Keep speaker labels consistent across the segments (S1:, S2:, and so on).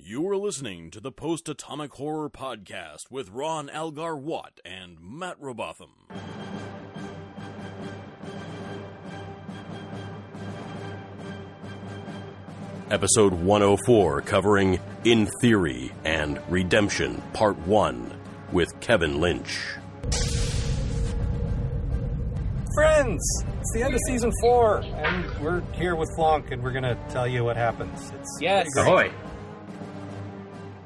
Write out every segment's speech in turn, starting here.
S1: You're listening to the Post Atomic Horror Podcast with Ron Algar Watt and Matt Robotham. Episode 104, covering In Theory and Redemption, Part 1, with Kevin Lynch.
S2: Friends, it's the end of season four, and we're here with Flonk, and we're gonna tell you what happens. It's
S3: Yes.
S2: pretty great.
S4: Ahoy.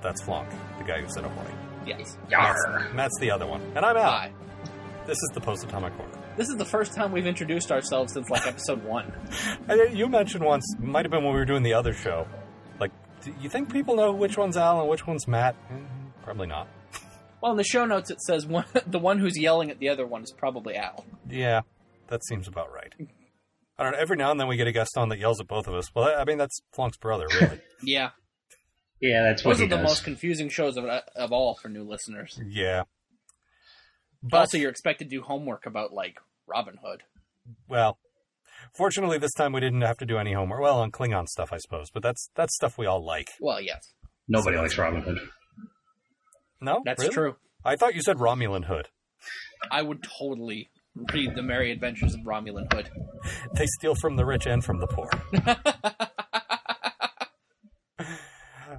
S2: That's Flonk, the guy who said ahoy.
S3: Yes.
S2: That's, that's the other one, and I'm out.
S3: Hi.
S2: This is the post atomic horror.
S3: This is the first time we've introduced ourselves since like episode one.
S2: I- You mentioned once, might have been when we were doing the other show. Like, do you think people know which one's Al and which one's Matt? Mm, Probably not.
S3: Well, in the show notes it says one, the one who's yelling at the other one is probably Al.
S2: Yeah, that seems about right. I don't know. Every now and then we get a guest on that yells at both of us. Well, I- I mean that's Flonk's brother, really.
S3: Yeah,
S4: Yeah, that's what
S3: those
S4: Oh, he
S3: are the
S4: does.
S3: most confusing shows of, uh, of all for new listeners.
S2: yeah.
S3: But also, you're expected to do homework about like Robin Hood.
S2: Well, fortunately, this time we didn't have to do any homework. Well, on Klingon stuff, I suppose, but that's that's stuff we all like.
S3: Well, yes,
S4: Nobody likes Robin Hood.
S2: No,
S3: that's
S2: Really?
S3: true.
S2: I thought you said Romulan Hood.
S3: I would totally read the Merry Adventures of Romulan Hood.
S2: They steal from the rich and from the poor.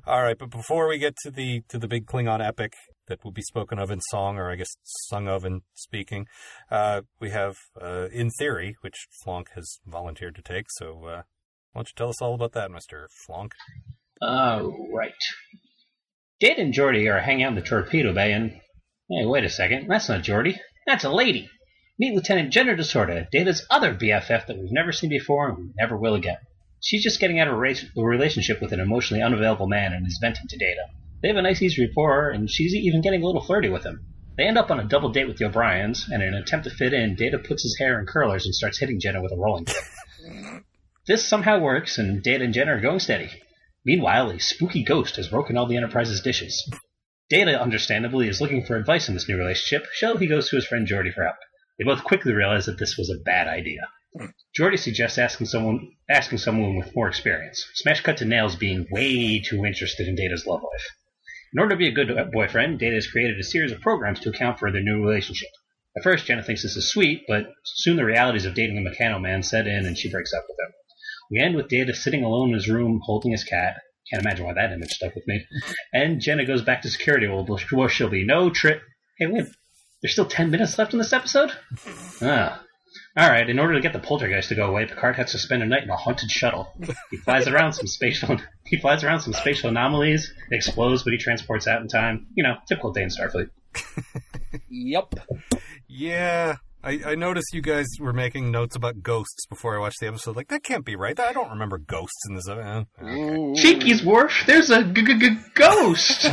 S2: all right, but before we get to the to the big Klingon epic that will be spoken of in song, or I guess sung of in speaking, uh, we have uh, in theory, which Flonk has volunteered to take. So, uh, why don't you tell us all about that, Mister Flonk?
S4: All Uh, right. Jade and Jordy are hanging out in the torpedo bay, and hey, wait a second, that's not Jordy, that's a lady. Meet Lieutenant Gender Disorder, Data's other BFF that we've never seen before and we never will again. She's just getting out of a race- a relationship with an emotionally unavailable man and is venting to Data. They have a nice, easy rapport, and she's even getting a little flirty with him. They end up on a double date with the O'Briens, and in an attempt to fit in, Data puts his hair in curlers and starts hitting Jenna with a rolling pin. this somehow works, and Data and Jenna are going steady. Meanwhile, a spooky ghost has broken all the Enterprise's dishes. Data, understandably, is looking for advice in this new relationship, so he goes to his friend Jordy for help. They both quickly realize that this was a bad idea. Jordy suggests asking someone asking someone with more experience. Smash cut to Nails being way too interested in Data's love life. In order to be a good boyfriend, Data has created a series of programs to account for their new relationship. At first, Jenna thinks this is sweet, but soon the realities of dating a mechano man set in and she breaks up with him. We end with Data sitting alone in his room holding his cat. Can't imagine why that image stuck with me. And Jenna goes back to security where she'll be no trip. Hey, wait, there's still 10 minutes left in this episode? Ah. All right, in order to get the poltergeist to go away, Picard has to spend a night in a haunted shuttle. He flies around some spatial he flies around some spatial anomalies, it explodes, but he transports out in time. You know, typical day in Starfleet.
S3: Yep.
S2: Yeah. I, I noticed you guys were making notes about ghosts before I watched the episode. Like, that can't be right. I don't remember ghosts in this. Uh, uh.
S4: Cheeky's Wharf, there's a g- g- g- ghost!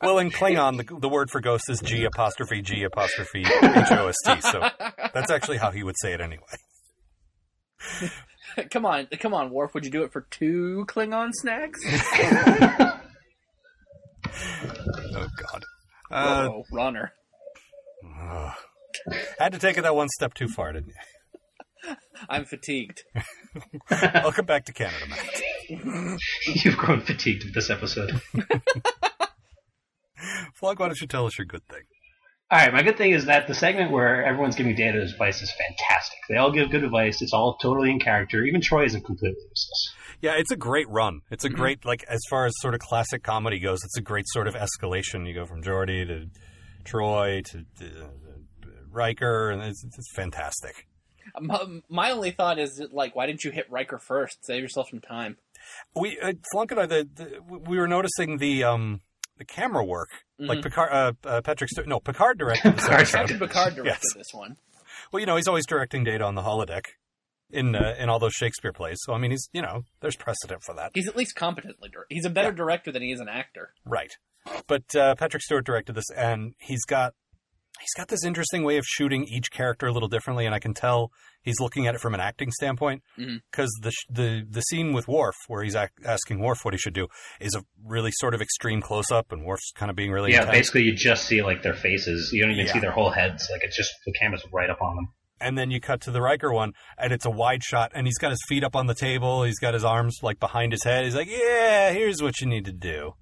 S2: Well, in Klingon, the, the word for ghost is G apostrophe G apostrophe H O S T. So that's actually how he would say it anyway.
S3: come on, come on, Worf. Would you do it for two Klingon snacks?
S2: Oh, God. Uh,
S3: Oh, runner.
S2: ugh. had to take it that one step too far, didn't you?
S3: I'm fatigued.
S2: Welcome back to Canada, Matt.
S4: You've grown fatigued with this episode.
S2: Flog, why don't you tell us your good thing?
S4: All right, my good thing is that the segment where everyone's giving data advice is fantastic. They all give good advice. It's all totally in character. Even Troy isn't completely useless.
S2: Yeah, it's a great run. It's a great like as far as sort of classic comedy goes. It's a great sort of escalation. You go from Geordie to Troy to, to uh, Riker, and it's, it's fantastic.
S3: My, my only thought is that, like, why didn't you hit Riker first? Save yourself some time.
S2: We uh, Flunk and I, the, the, we were noticing the um the camera work. Like
S3: Mhm.
S2: Picard, uh, uh, Patrick, Stewart, no, Picard directed this
S4: Picard
S2: episode.
S3: Captain Picard directed
S2: Yes.
S3: this one.
S2: Well, you know, he's always directing Data on the holodeck in uh, in all those Shakespeare plays. So I mean, he's you know, there's precedent for that.
S3: He's at least competently dir- He's a better director than he is an actor.
S2: Right. But uh, Patrick Stewart directed this, and he's got he's got this interesting way of shooting each character a little differently, and I can tell he's looking at it from an acting standpoint
S3: Mhm.
S2: because the sh- the the scene with Worf, where he's ac- asking Worf what he should do, is a really sort of extreme close up, and Worf's kind of being really
S4: yeah,
S2: intense.
S4: basically you just see like their faces. You don't even
S2: Yeah.
S4: see their whole heads. Like it's just the camera's right up on them.
S2: And then you cut to the Riker one, and it's a wide shot, and he's got his feet up on the table. He's got his arms like behind his head. He's like, "Yeah, here's what you need to do."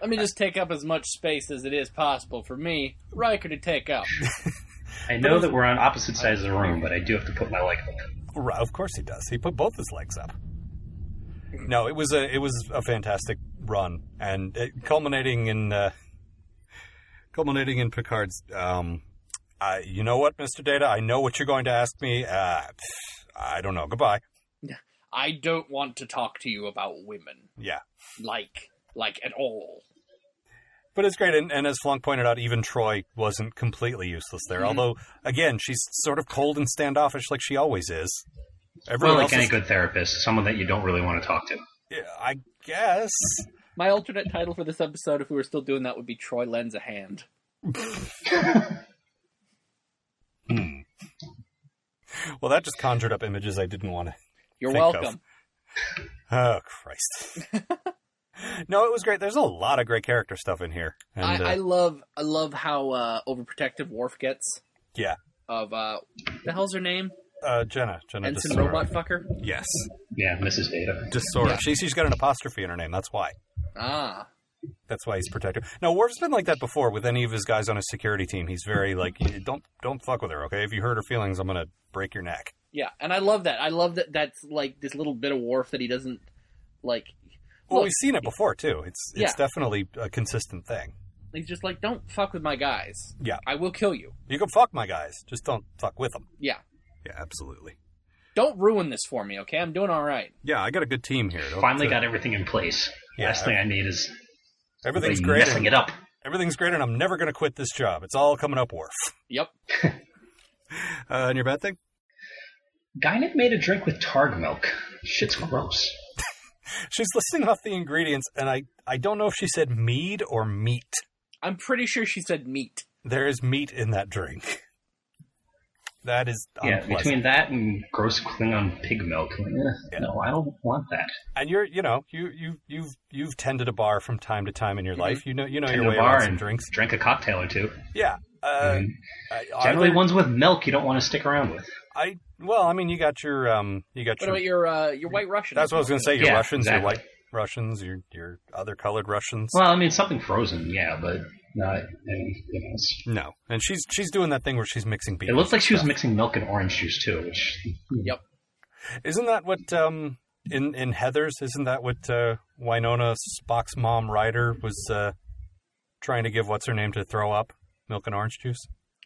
S3: Let me just take up as much space as it is possible for me, Riker, to take up.
S4: I know that we're on opposite sides of the room, but I do have to put my leg up.
S2: Right, of course he does. He put both his legs up. No, it was a it was a fantastic run, and it, culminating in uh, culminating in Picard's. Um, I, you know what, Mister Data? I know what you're going to ask me. Uh, pff, I don't know. Goodbye.
S3: I don't want to talk to you about women,
S2: Yeah,
S3: like, like at all.
S2: but it's great, and, and as Flonk pointed out, even Troy wasn't completely useless there.
S4: Mm-hmm.
S2: Although, again, she's sort of cold and standoffish, like she always is.
S4: Well,
S2: Everyone
S4: like
S2: else
S4: any
S2: is,
S4: good therapist, someone that you don't really want to talk to.
S2: Yeah, I guess.
S3: My alternate title for this episode, if we were still doing that, would be Troy lends a hand.
S2: Well, that just conjured up images I didn't want to
S3: You're
S2: Think of.
S3: welcome.
S2: Oh Christ! no, it was great. There's a lot of great character stuff in here, and uh,
S3: I, I love, I love how uh, overprotective Worf gets.
S2: Yeah.
S3: Of uh, the hell's her name?
S2: uh, Jenna, Jenna
S3: Ensign
S2: DeSora.
S3: Robot Fucker.
S2: Yes,
S4: Yeah, Mrs. Data.
S2: Desora. She, she's got an apostrophe in her name. That's why.
S3: Ah,
S2: That's why he's protective. Now, Worf's been like that before with any of his guys on his security team. He's very like, "You don't don't fuck with her, okay? If you hurt her feelings, I'm gonna break your neck.
S3: yeah, and I love that. I love that. That's like this little bit of Worf that he doesn't like.
S2: Well,
S3: Look.
S2: we've seen it before too. It's it's
S3: Yeah.
S2: definitely a consistent thing.
S3: He's just like, don't fuck with my guys.
S2: Yeah.
S3: I will kill you.
S2: You can fuck my guys, just don't fuck with them.
S3: Yeah,
S2: Yeah, absolutely.
S3: don't ruin this for me, okay? I'm doing all right.
S2: Yeah, I got a good team here. Don't- uh,
S4: Finally got everything in place.
S2: Yeah.
S4: Last thing I need is
S2: Everything's
S4: really
S2: great.
S4: messing
S2: and-
S4: it up.
S2: Everything's great, and I'm never going to quit this job. It's all coming up, Worf.
S3: Yep.
S2: Uh, and your bad thing?
S4: Gynek made a drink with targ milk. Shit's gross.
S2: She's listing off the ingredients, and I, I don't know if she said mead or meat.
S3: I'm pretty sure she said meat.
S2: There is meat in that drink. That is
S4: Yeah,
S2: unpleasant.
S4: between that and gross Klingon pig milk, eh, no, I don't want that.
S2: and you're, you know, you you you've you've tended a bar from time to time in your life. You know, you know
S4: Tend
S2: your
S4: to
S2: way
S4: Mm-hmm. a bar
S2: around some
S4: and
S2: drinks.
S4: drink a cocktail or two.
S2: Yeah. Uh, I,
S4: Generally,
S2: I,
S4: ones with milk you don't want to stick around with.
S2: I well, I mean, you got your um, you got
S3: What
S2: your.
S3: about your uh, your white Russian?
S2: That's what I was going to say. Your
S4: Yeah,
S2: Russians, your
S4: exactly.
S2: white Russians, your your other colored Russians.
S4: Well, I mean, something frozen, yeah, but not anything else.
S2: no, and she's she's doing that thing where she's mixing beans.
S4: It looked like she was mixing milk and orange juice too, which hmm,
S3: Yep.
S2: Isn't that what um in in Heather's? Isn't that what uh, Winona Spock's mom Ryder was uh, trying to give what's her name to throw up milk and orange juice?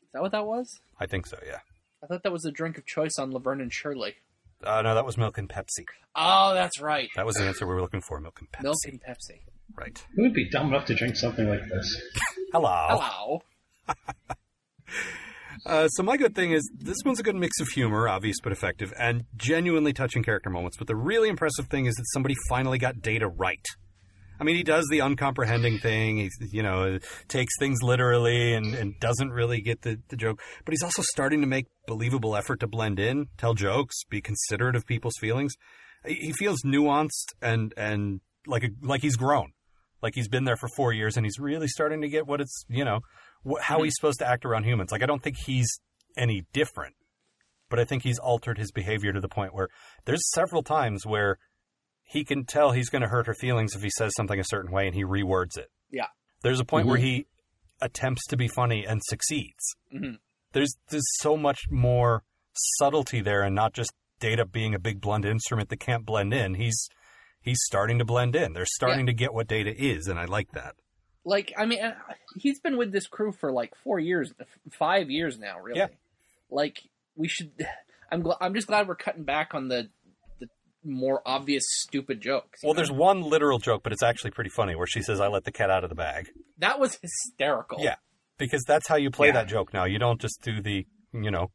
S3: Is that what that was?
S2: I think so. Yeah.
S3: I thought that was a drink of choice on Laverne and Shirley.
S2: Uh, no, that was milk and Pepsi.
S3: Oh, that's right.
S2: That was the answer we were looking for. Milk and Pepsi.
S3: Milk and Pepsi.
S2: Right.
S4: who would be dumb enough to drink something like this?
S2: Hello.
S3: Hello.
S2: Uh, so my good thing is this one's a good mix of humor, obvious but effective, and genuinely touching character moments. But the really impressive thing is that somebody finally got Data right. I mean, he does the uncomprehending thing. He, you know, takes things literally and, and doesn't really get the, the joke. But he's also starting to make believable effort to blend in, tell jokes, be considerate of people's feelings. He he feels nuanced and and like a, like he's grown, like he's been there for four years, and he's really starting to get what it's you know wh- how he's supposed to act around humans. Like I don't think he's any different, but I think he's altered his behavior to the point where there's several times where he can tell he's going to hurt her feelings if he says something a certain way and he rewords it.
S3: Yeah.
S2: There's a point
S4: Mhm.
S2: where he attempts to be funny and succeeds.
S3: Mhm.
S2: There's there's so much more subtlety there and not just data being a big blunt instrument that can't blend in. He's he's starting to blend in. They're starting to get what data is and I like that.
S3: Like, I mean, uh, he's been with this crew for like four years, f- five years now, really.
S2: Yeah.
S3: Like, we should. I'm gl- I'm just glad we're cutting back on the the more obvious stupid jokes. you
S2: Well,
S3: know?
S2: there's one literal joke, but it's actually pretty funny where she says, I let the cat out of the bag.
S3: that was hysterical.
S2: Yeah. Because that's how you play
S4: Yeah.
S2: that joke now. You don't just do the, you know,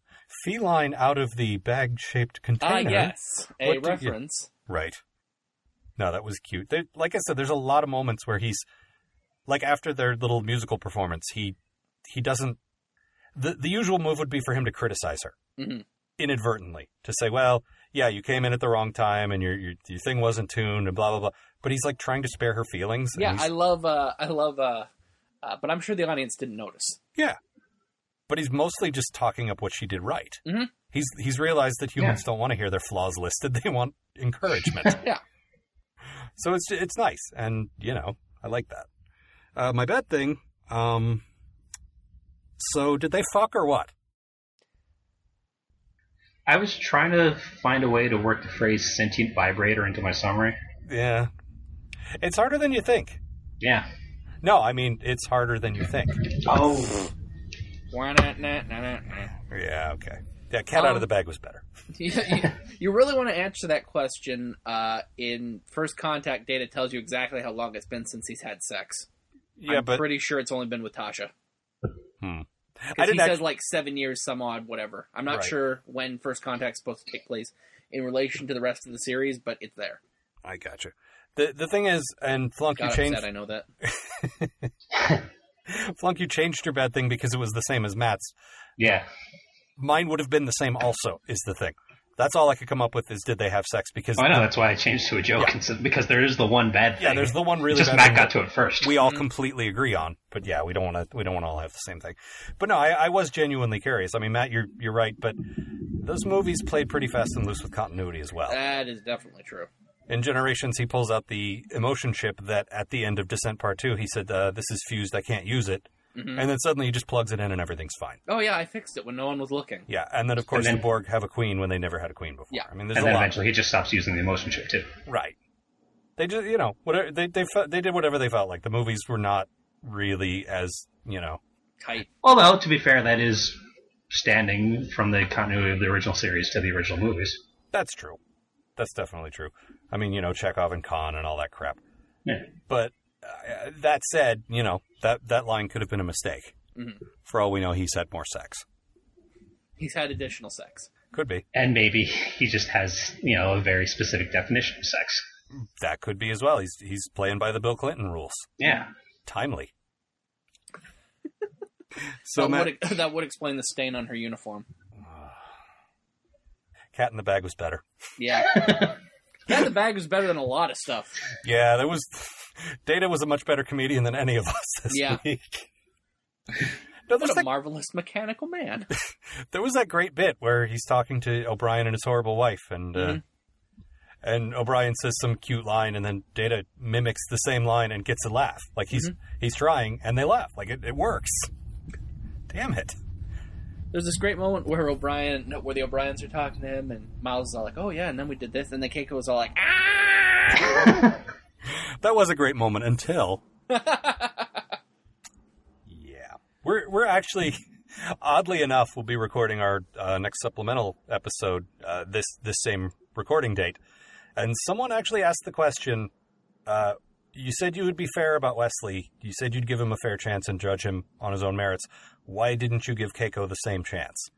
S2: feline out of the bag shaped
S3: Ah,
S2: container.
S3: yes, a
S2: What do you-
S3: reference.
S2: Right. No, that was cute. There, like I said, there's a lot of moments where he's like after their little musical performance, he he doesn't. The the usual move would be for him to criticize her
S3: Mhm.
S2: inadvertently to say, "Well, yeah, you came in at the wrong time, and your your, your thing wasn't tuned, and blah blah blah." But he's like trying to spare her feelings. and
S3: Yeah,
S2: he's-
S3: I love. uh I love. uh uh, but I'm sure the audience didn't notice.
S2: Yeah. But he's mostly just talking up what she did right.
S3: Mhm.
S2: He's he's realized that humans don't want to hear their flaws listed; they want encouragement.
S3: Yeah.
S2: So it's it's nice, and you know I like that. Uh, my bad thing. Um. So did they fuck or what?
S4: I was trying to find a way to work the phrase sentient vibrator into my summary.
S2: Yeah. It's harder than you think.
S4: Yeah.
S2: No, I mean it's harder than you think.
S4: Oh.
S3: Wah-na-na-na-na-na.
S2: Yeah. Okay. Yeah. Cat
S3: Um,
S2: out of the bag was better.
S3: you, you- you really want to answer that question uh, in first contact data tells you exactly how long it's been since he's had sex.
S2: Yeah,
S3: I'm
S2: but
S3: pretty sure it's only been with Tasha.
S2: I
S3: Because he
S2: didn't.
S3: says
S2: Act-
S3: like seven years, some odd, whatever. I'm not
S2: Right.
S3: sure when first contact's supposed to take place in relation to the rest of the series, but it's there.
S2: I got you. The the thing is, and Flunk,
S3: Got
S2: you
S3: upset,
S2: changed
S3: I know that.
S2: Flunk, you changed your bad thing because it was the same as Matt's.
S4: Yeah.
S2: Mine would have been the same. Also, is the thing. That's all I could come up with is did they have sex? Because
S4: Oh, I know. That's why I changed to a joke
S2: Yeah.
S4: instead- because there is the one bad thing.
S2: yeah, there's the one really
S4: just
S2: bad
S4: Matt
S2: thing
S4: got to it first.
S2: we all completely agree on. But yeah, we don't want to. We don't want to all have the same thing. But no, I, I was genuinely curious. I mean, Matt, you're you're right. But those movies played pretty fast and loose with continuity as well.
S3: That is definitely true.
S2: In Generations, he pulls out the emotion chip that at the end of Descent Part Two, he said, uh, "This is fused. I can't use it."
S3: Mhm.
S2: And then suddenly he just plugs it in and everything's fine.
S3: Oh yeah, I fixed it when no one was looking.
S2: Yeah, and then of course
S4: then-
S2: the Borg have a queen when they never had a queen before.
S3: Yeah.
S2: I mean, there's a
S4: and then
S2: lot.
S4: eventually he just stops using the emotion chip too.
S2: Right. They just, you know, whatever they they fe- they did whatever they felt like. The movies were not really as you know.
S3: Tight.
S4: Although, to be fair, that is standing from the continuity of the original series to the original movies.
S2: That's true. That's definitely true. I mean, you know, Chekhov and Khan and all that crap.
S4: Yeah.
S2: But uh, that said, you know that that line could have been a mistake.
S3: Mhm.
S2: For all we know, he's had more sex.
S3: He's had additional sex.
S2: Could be.
S4: And maybe he just has, you know, a very specific definition of sex.
S2: That could be as well. He's he's playing by the Bill Clinton rules.
S4: Yeah.
S2: Timely. so
S3: that,
S2: Matt,
S3: would, that would explain the stain on her uniform.
S2: Cat in the Bag was better.
S3: Yeah. yeah, the bag was better than a lot of stuff.
S2: Yeah, there was. Data was a much better comedian than any of us this
S3: Yeah.
S2: week. No,
S3: What
S2: there's
S3: a
S2: that,
S3: marvelous mechanical man.
S2: there was that great bit where he's talking to O'Brien and his horrible wife, and uh,
S3: Mhm.
S2: and O'Brien says some cute line, and then Data mimics the same line and gets a laugh. Like he's
S3: Mm-hmm.
S2: he's trying, and they laugh. Like it, it works. Damn it!
S3: There's this great moment where O'Brien, no, where the O'Briens are talking to him, and Miles is all like, "Oh yeah," and then we did this, and then Keiko was all like, "Ah."
S2: That was a great moment until. yeah, we're we're actually, oddly enough, we'll be recording our uh, next supplemental episode uh, this this same recording date, and someone actually asked the question. Uh, you said you would be fair about Wesley. You said you'd give him a fair chance and judge him on his own merits. Why didn't you give Keiko the same chance?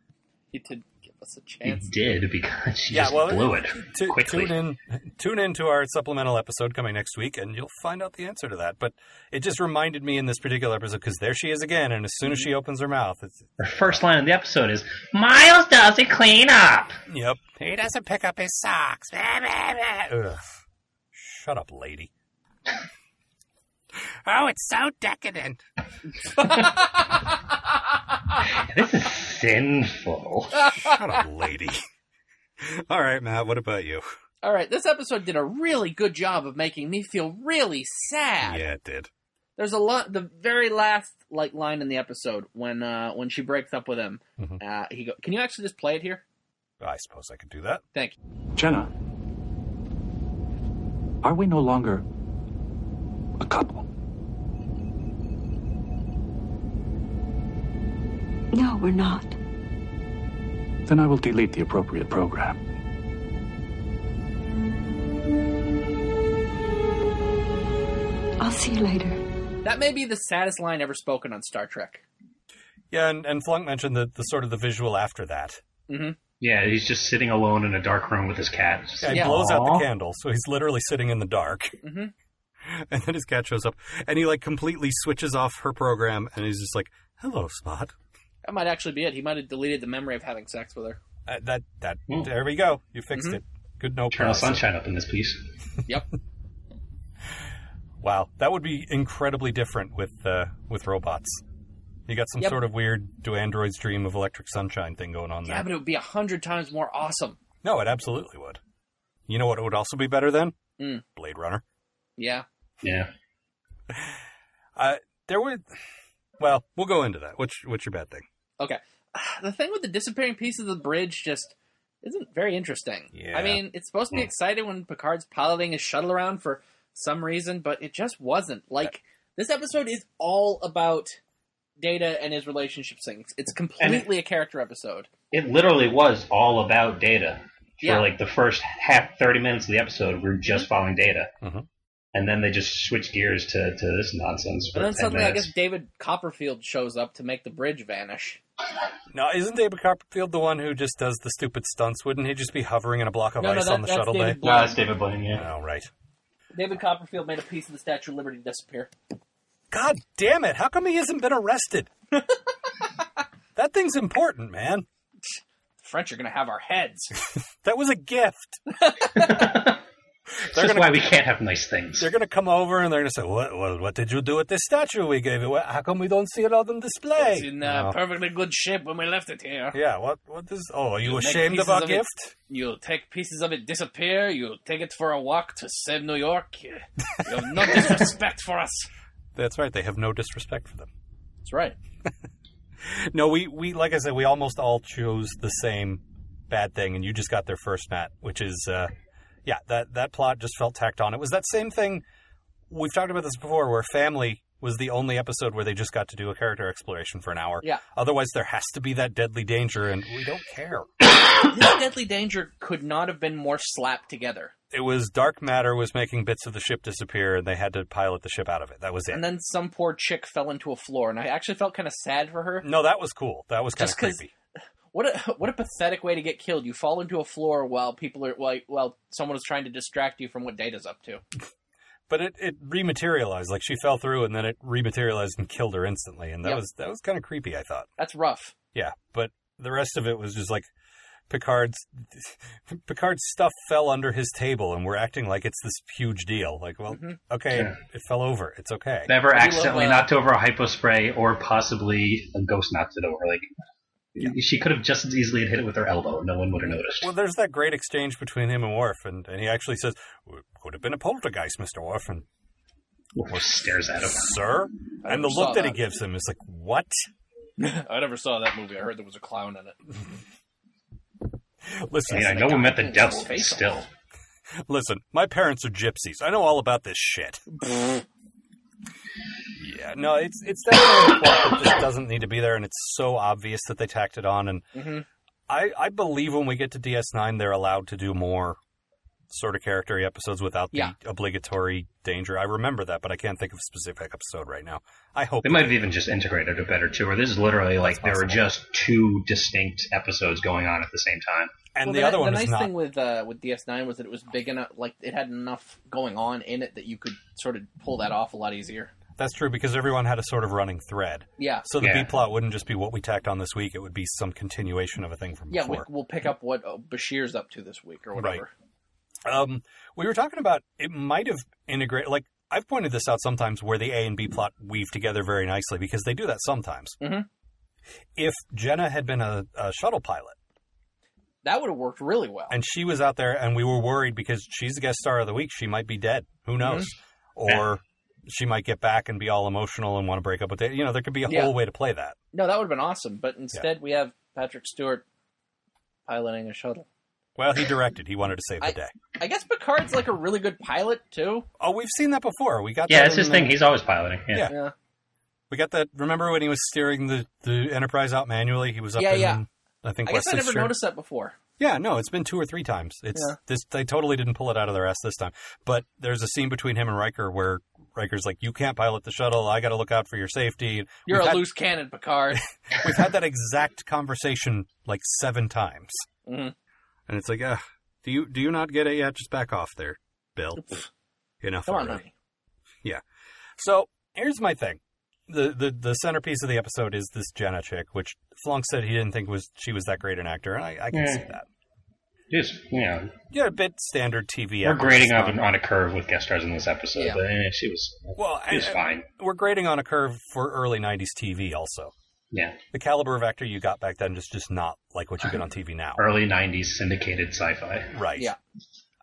S3: He did give us a
S4: He
S3: chance.
S4: did because she
S2: Yeah,
S4: just
S2: well,
S4: blew it
S2: Tu-
S4: quickly.
S2: tune in tune in to our supplemental episode coming next week and you'll find out the answer to that but it just reminded me in this particular episode because there she is again and as soon as she opens her mouth it's
S4: Her first line of the episode is, Miles doesn't clean up!
S2: yep he doesn't pick up his socks Ugh. shut up lady oh it's so decadent
S4: This is sinful.
S2: shut up lady all right matt what about you
S3: All right, this episode did a really good job of making me feel really sad.
S2: yeah it did
S3: There's a lot. The very last like line in the episode when uh, when she breaks up with him,
S2: Mhm.
S3: uh, he go, "Can you actually just play it here?"
S2: i suppose i could do that
S3: Thank you.
S5: Jenna, are we no longer a couple?
S6: No, we're not.
S5: Then I will delete the appropriate program.
S6: I'll see you later.
S3: That may be the saddest line ever spoken on Star Trek.
S2: yeah and, and flunk mentioned the, the sort of the visual after that
S4: Yeah, he's just sitting alone in a dark room with his cat. It's just
S2: Yeah, he
S3: Yeah.
S2: blows out
S4: "Aw."
S2: the candle, so he's literally sitting in the dark.
S3: Mhm.
S2: And then his cat shows up, and he like completely switches off her program, and he's just like, "Hello, Spot."
S3: That might actually be it. He might have deleted the memory of having sex with her.
S2: Uh, that that
S4: Hmm.
S2: there we go. You fixed
S3: Mm-hmm.
S2: it. Good no
S4: Eternal
S2: process.
S4: Sunshine up in this piece.
S3: Yep.
S2: Wow, that would be incredibly different with uh, with robots. You got some
S3: Yep.
S2: sort of weird do androids dream of electric sunshine thing going on there.
S3: Yeah, but it would be a hundred times more awesome.
S2: no, it absolutely would. You know what would also be better then?
S3: Mm.
S2: Blade Runner.
S3: Yeah.
S4: Yeah.
S2: Uh, there were. Well, we'll go into that. What's what's your bad thing?
S3: Okay. The thing with the disappearing piece of the bridge just isn't very interesting.
S2: Yeah.
S3: I mean, it's supposed to be
S4: Hmm.
S3: exciting when Picard's piloting his shuttle around for some reason, but it just wasn't. Like this episode is all about Data and his relationship things. It's completely a character episode.
S4: It literally was all about data. For
S3: Yeah.
S4: like the first half, 30 minutes of the episode, we are just following data.
S2: Mhm.
S4: And then they just switch gears to, to this nonsense. For
S3: And then
S4: 10
S3: suddenly, I
S4: minutes.
S3: guess David Copperfield shows up to make the bridge vanish.
S2: Now, isn't David Copperfield the one who just does the stupid stunts? Wouldn't he just be hovering in a block of
S3: No, no,
S2: Oh, ice
S3: that-
S2: on the
S3: that's
S2: shuttle
S3: David
S2: bay?
S4: No, that's David Blaine, yeah.
S2: Oh, right.
S3: David Copperfield made a piece of the Statue of Liberty disappear.
S2: God damn it! How come he hasn't been arrested? that thing's important, man.
S3: The French are going to have our heads.
S2: That was a gift.
S4: That's
S2: they're
S4: just
S2: gonna-
S4: why we can't have nice things.
S2: They're gonna come over and they're gonna say, "What? What, what did you do with this statue we gave you? Wha- How come we don't see it on display?"
S3: It's in uh,
S2: No.
S3: perfectly good shape when we left it here.
S2: Yeah. What? What is? Oh, are you
S3: Make
S2: ashamed
S3: pieces
S2: of our
S3: of it.
S2: gift?
S3: You'll take pieces of it disappear. You'll take it for a walk to save New York. You you have no disrespect for us.
S2: That's right. They have no disrespect for them.
S3: That's right.
S2: No, we, we like I said, we almost all chose the same bad thing, and you just got there first, Matt. Which is, uh, yeah, that that plot just felt tacked on. It was that same thing we've talked about this before, where family was the only episode where they just got to do a character exploration for an hour.
S3: Yeah.
S2: Otherwise, there has to be that deadly danger, and we don't care.
S3: This deadly danger could not have been more slapped together.
S2: It was dark matter was making bits of the ship disappear, and they had to pilot the ship out of it. That was it.
S3: And then some poor chick fell into a floor, and I actually felt kind of sad for her.
S2: no, that was cool. That was kind of
S3: Just 'cause-
S2: creepy.
S3: What a what a pathetic way to get killed. You fall into a floor while people are while, while someone is trying to distract you from what Data's up to.
S2: but it, it rematerialized. Like she fell through and then it rematerialized and killed her instantly. And that
S3: Yep.
S2: was that was kind of creepy. I thought.
S3: That's rough.
S2: Yeah, but the rest of it was just like Picard's Picard's stuff fell under his table, and we're acting like it's this huge deal. Like, well,
S3: Mhm.
S2: okay,
S4: Yeah.
S2: it fell over. It's okay.
S4: Never
S3: I do love,
S4: accidentally
S3: uh,
S4: knocked over a hypo spray or possibly a ghost knocked it over. Like, she could have just as easily hit it with her elbow. No one would have noticed.
S2: well, there's that great exchange between him and Worf, and, and he actually says, "W- "Could have been a poltergeist, Mister Worf." And
S4: Or stares at him.
S2: sir,
S3: I
S2: and the
S3: never saw
S2: look that he
S3: that.
S2: gives him is like, "What?"
S3: I never saw that movie. I heard there was a clown in it.
S2: Listen,
S4: I mean, I know we met the devil, but still.
S2: Listen, my parents are gypsies. I know all about this shit. yeah, no, it's it's that kind of plot that just doesn't need to be there, and it's so obvious that they tacked it on. And
S3: hmm
S2: I I believe when we get to DS9, they're allowed to do more sort of character episodes without the
S3: Yeah.
S2: obligatory danger. I remember that, but I can't think of a specific episode right now. I hope
S4: They might have even just integrated it better, too. Or this is literally like there were
S2: possible.
S4: just two distinct episodes going on at the same time.
S2: and
S3: Well,
S2: the,
S3: ni-
S2: other one
S3: the
S2: is
S3: nice
S2: not.
S3: thing with uh, with DS9 was that it was big enough, like it had enough going on in it that you could sort of pull that off a lot easier.
S2: That's true because everyone had a sort of running thread.
S3: Yeah,
S2: So the
S4: Yeah.
S2: B plot wouldn't just be what we tacked on this week; it would be some continuation of a thing from
S3: yeah. We,
S2: before.
S3: we'll pick up what uh, Bashir's up to this week or whatever.
S2: Um, we were talking about it might have integrated. Like I've pointed this out sometimes, where the A and B plot weave together very nicely because they do that sometimes.
S3: Mhm.
S2: If Jenna had been a, a shuttle pilot
S3: That would have worked really well.
S2: and she was out there, and we were worried because she's the guest star of the week, she might be dead.
S3: Mm-hmm.
S2: Who knows? Or she might get back and be all emotional and want to break up with it. You know, there could be a
S3: Yeah.
S2: whole way to play that.
S3: no, that would have been awesome. But instead, we have Patrick Stewart piloting a shuttle.
S2: Well, he directed. He wanted to save the
S3: I-
S2: day.
S3: I guess Picard's like a really good pilot too.
S2: Oh, we've seen that before. We got
S4: Yeah,
S2: that
S4: that's his
S2: in,
S4: thing.
S2: uh,
S4: He's always piloting. Yeah.
S2: Yeah.
S3: Yeah,
S2: We got that. Remember when he was steering the, the Enterprise out manually? He was up
S3: Yeah,
S2: in,
S3: yeah.
S2: I think,
S3: I
S2: West
S3: guess I never
S2: Sixth Street.
S3: noticed that before.
S2: Yeah, no, it's been two or three times. It's
S3: Yeah.
S2: this. They totally didn't pull it out of their ass this time. But there's a scene between him and Riker where Riker's like, "You can't pilot the shuttle. I got to look out for your safety."
S3: You're
S2: we've
S3: a
S2: had,
S3: loose cannon, Picard.
S2: We've had that exact conversation like seven times,
S3: Mhm.
S2: and it's like, Ugh, "Do you do you not get it yet? Just back off there, Bill." Enough.
S3: Come on,
S2: already.
S3: honey.
S2: So here's my thing. The, the the centerpiece of the episode is this Jenna chick, which Flunk said he didn't think was she was that great an actor, and I, I can
S4: Yeah.
S2: see that.
S4: Just, you know,
S2: Yeah, a bit standard TV.
S4: we're
S2: actress
S4: grading
S2: stuff.
S4: on, on a curve with guest stars in this episode,
S3: Yeah.
S4: but eh, she was,
S2: Well,
S4: she was
S2: I-
S4: fine.
S2: We're grading on a curve for early '90s TV. Also,
S4: Yeah.
S2: the caliber of actor you got back then is just not like what you get on TV now.
S4: Early 90s syndicated sci fi.
S2: Right.
S3: Yeah.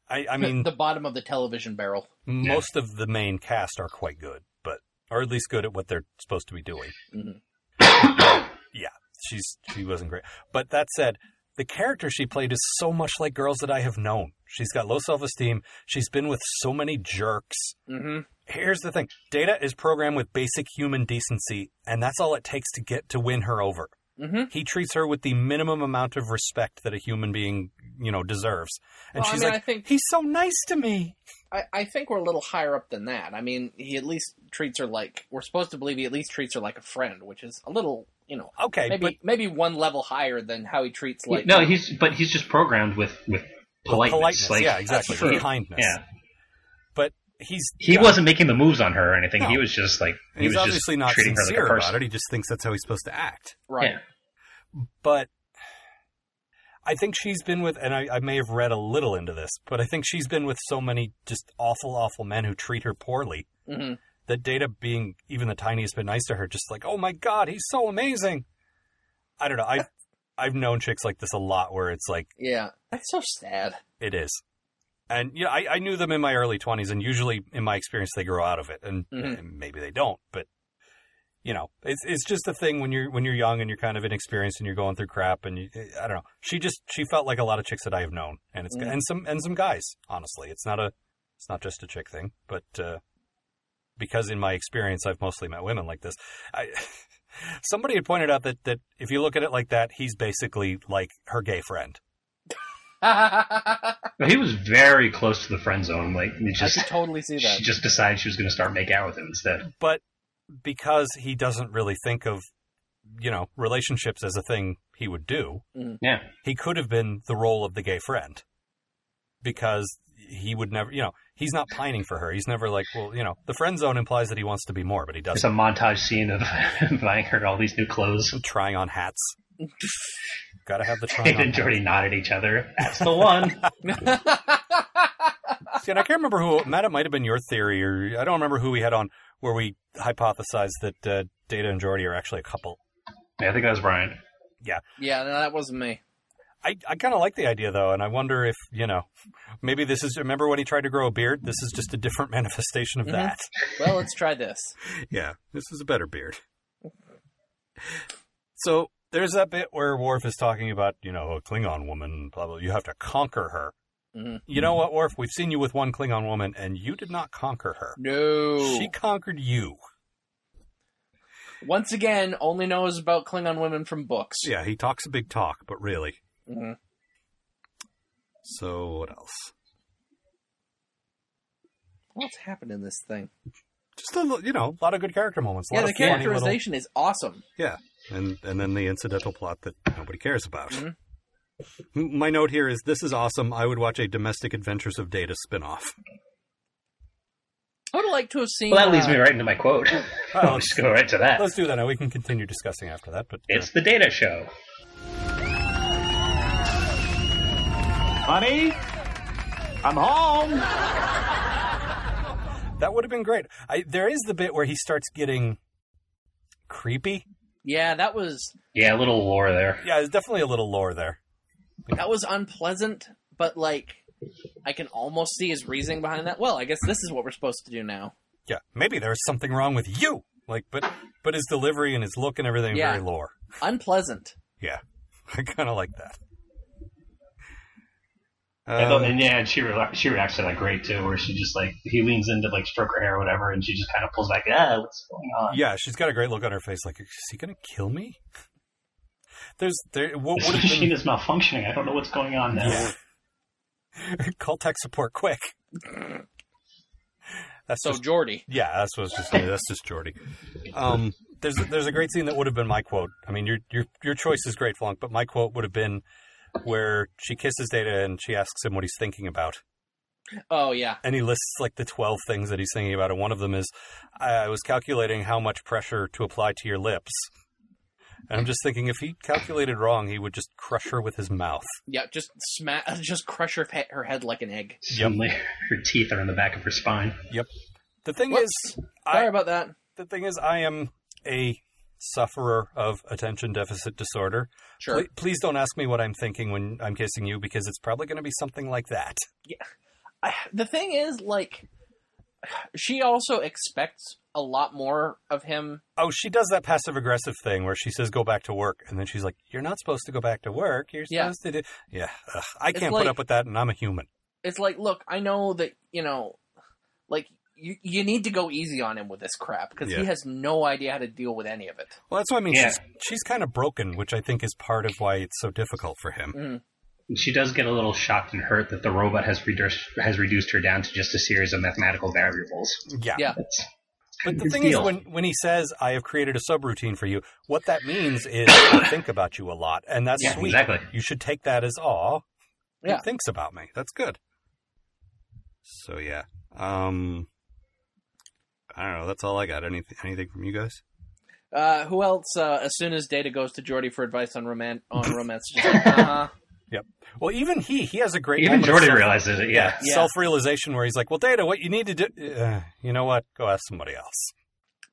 S2: I, I mean,
S3: the bottom of the television barrel.
S2: most of the main cast are quite good, but or at least good at what they're supposed to be doing.
S3: Mhm.
S2: yeah, she's she wasn't great. But that said, the character she played is so much like girls that I have known. She's got low self esteem. She's been with so many jerks.
S3: Mm-hmm.
S2: Here's the thing: Data is programmed with basic human decency, and that's all it takes to get to win her over.
S3: Mm-hmm.
S2: He treats her with the minimum amount of respect that a human being, you know, deserves, and
S3: Well, I
S2: she's
S3: mean,
S2: like,
S3: I think-
S2: "He's so nice to me."
S3: I, I think we're a little higher up than that. I mean, he at least treats her like we're supposed to believe he at least treats her like a friend, which is a little, you know,
S2: Okay,
S3: maybe
S2: but
S3: maybe one level higher than how he treats like
S4: no, he's but he's just programmed with with politeness.
S2: politeness.
S4: like,
S2: yeah, exactly.
S3: true.
S2: Kindness.
S4: Yeah.
S2: But he's
S4: He
S2: yeah,
S4: wasn't making the moves on her or anything.
S2: No.
S4: He was just like he
S2: he's
S4: was
S2: obviously
S4: just
S2: not
S4: treating her like
S2: sincere
S4: a
S2: about
S4: person.
S2: it. He just thinks that's how he's supposed to act.
S3: right.
S4: Yeah.
S2: But I think she's been with, and I, I may have read a little into this, but I think she's been with so many just awful, awful men who treat her poorly
S3: hmm
S2: that Data being even the tiniest bit nice to her, just like, oh my god, he's so amazing. I don't know. I. I've known chicks like this a lot where it's like,
S3: Yeah, that's so sad.
S2: It is. And you know, I, I knew them in my early twenties, and usually in my experience they grow out of it, and,
S3: Mhm.
S2: and maybe they don't. But you know, it's it's just a thing when you're when you're young and you're kind of inexperienced and you're going through crap, and you, eh, I don't know. She just she felt like a lot of chicks that I have known, and it's
S3: Mhm.
S2: and some and some guys. Honestly, it's not a it's not just a chick thing, but uh, because in my experience I've mostly met women like this. I somebody had pointed out that that if you look at it like that, he's basically like her gay friend.
S3: I
S4: But he was very close to the friend zone. Like he just
S3: could totally see that.
S4: she just decided she was going to start make out with him instead.
S2: but because he doesn't really think of you know relationships as a thing he would do
S4: Yeah.
S2: he could have been the role of the gay friend because he would never you know he's not pining for her he's never like well you know the friend zone implies that he wants to be more but he
S4: It's
S2: doesn't
S4: a montage scene of buying her all these new clothes.
S2: trying on hats gotta have the trying
S4: Data
S2: on
S4: and Jordy nod at each other. That's the one.
S2: hats. See, and i can't remember who matt it might have been your theory or i don't remember who we had on where we hypothesized that uh, data and Jordy are actually a couple
S4: yeah, I think that was Brian.
S3: yeah, no, that wasn't me.
S2: I, I kind of like the idea though, and I wonder if you know, maybe this is. Remember when he tried to grow a beard? This is just a different manifestation of
S3: Mhm.
S2: that.
S3: Well, let's try this.
S2: Yeah, this is a better beard. So there's that bit where Worf is talking about you know a Klingon woman, blah blah. You have to conquer her.
S3: Mhm.
S2: You know what, Worf? We've seen you with one Klingon woman, and you did not conquer her.
S3: No.
S2: She conquered you.
S3: Once again, only knows about Klingon women from books.
S2: Yeah, he talks a big talk, but really.
S3: Mhm.
S2: So what else?
S3: What's happened in this thing?
S2: Just a li- you know a lot of good character moments. a
S3: Yeah,
S2: lot
S3: the
S2: of funny little-
S3: characterization is awesome.
S2: Yeah, and and then the incidental plot that nobody cares about.
S3: Mhm.
S2: M- My note here is this is awesome. I would watch a Domestic Adventures of Data spinoff.
S3: I would have liked to have seen.
S4: Well, that leads
S3: uh,
S4: me right into my quote. I'll
S2: let's-
S4: just go right to that.
S2: Let's do that. Now we can continue discussing after that. But
S4: It's the Data Show.
S7: Honey, I'm home.
S2: uh, that would have been great. I, there is the bit where he starts getting creepy.
S3: Yeah, that was
S4: Yeah, a little lore there.
S2: Yeah, there's definitely a little lore there.
S3: that was unpleasant, but like I can almost see his reasoning behind that. Well, I guess this is what we're supposed to do now.
S2: Yeah, maybe there's something wrong with you. Like, but but his delivery and his look and everything
S3: Yeah.
S2: very lore.
S3: Unpleasant.
S2: Yeah, I kind of like that.
S4: I thought- and yeah, and she rela- she reacts to that great too, where she just like he leans in to like stroke her hair or whatever, and she just kind of pulls back. Ah, what's going on?
S2: Yeah, she's got a great look on her face. Like, is he gonna kill me? There's there. What would
S4: This
S2: have
S4: machine
S2: been?
S4: is malfunctioning. I don't know what's going on now.
S2: Yeah. Call tech support quick. That's
S3: So
S2: just,
S3: Jordy.
S2: yeah. That's what I was just. That's just Jordy. Um, there's there's a great scene that would have been my quote. I mean, your your your choice is great, Flunk, but my quote would have been where she kisses Data and she asks him what he's thinking about.
S3: Oh yeah.
S2: and he lists like the 12 things that he's thinking about and one of them is i was calculating how much pressure to apply to your lips And I'm just thinking, if he calculated wrong, he would just crush her with his mouth.
S3: Yeah, just sma- just crush her, he- her head like an egg.
S4: Suddenly, her teeth are in the back of her spine.
S2: The thing
S3: Whoops.
S2: is, I,
S3: Sorry about that.
S2: the thing is, I am a sufferer of attention deficit disorder.
S3: Sure.
S2: Pl- please don't ask me what I'm thinking when I'm kissing you, because it's probably going to be something like that.
S3: I, the thing is, like, she also expects a lot more of him.
S2: Oh, she does that passive aggressive thing where she says, "Go back to work," and then she's like, "You're not supposed to go back to work. You're
S3: Yeah.
S2: supposed to do." Yeah, ugh, I
S3: It's
S2: can't
S3: like-
S2: put up with that, and I'm a human.
S3: It's like, look, I know that you know, like, you you need to go easy on him with this crap because
S2: Yeah.
S3: he has no idea how to deal with any of it.
S2: Well, that's what I mean.
S4: Yeah.
S2: She's she's kind of broken, which I think is part of why it's so difficult for him.
S4: And She does get a little shocked and hurt that the robot has reduced has reduced her down to just a series of mathematical variables.
S2: Yeah.
S3: Yeah.
S4: That's
S2: But the
S4: Mm-hmm. Good
S2: thing
S4: deal.
S2: is, when, when he says, I have created a subroutine for you, what that means is I think about you a lot. And that's
S4: Yeah,
S2: sweet.
S4: exactly.
S2: You should take that as, aw, he
S3: Yeah.
S2: thinks about me. That's good. So, yeah. Um, I don't know. That's all I got. Anything, anything from you guys?
S3: Uh, who else? Uh, as soon as Data goes to Jordy for advice on roman on romance, she's like, uh-huh.
S2: Well, even he, he has a great
S4: even
S2: moment of
S4: Jordy
S2: self-
S4: realizes it. Yeah,
S3: Yeah.
S2: self-realization where he's like, well, Data, what you need to do, uh, you know what? Go ask somebody else.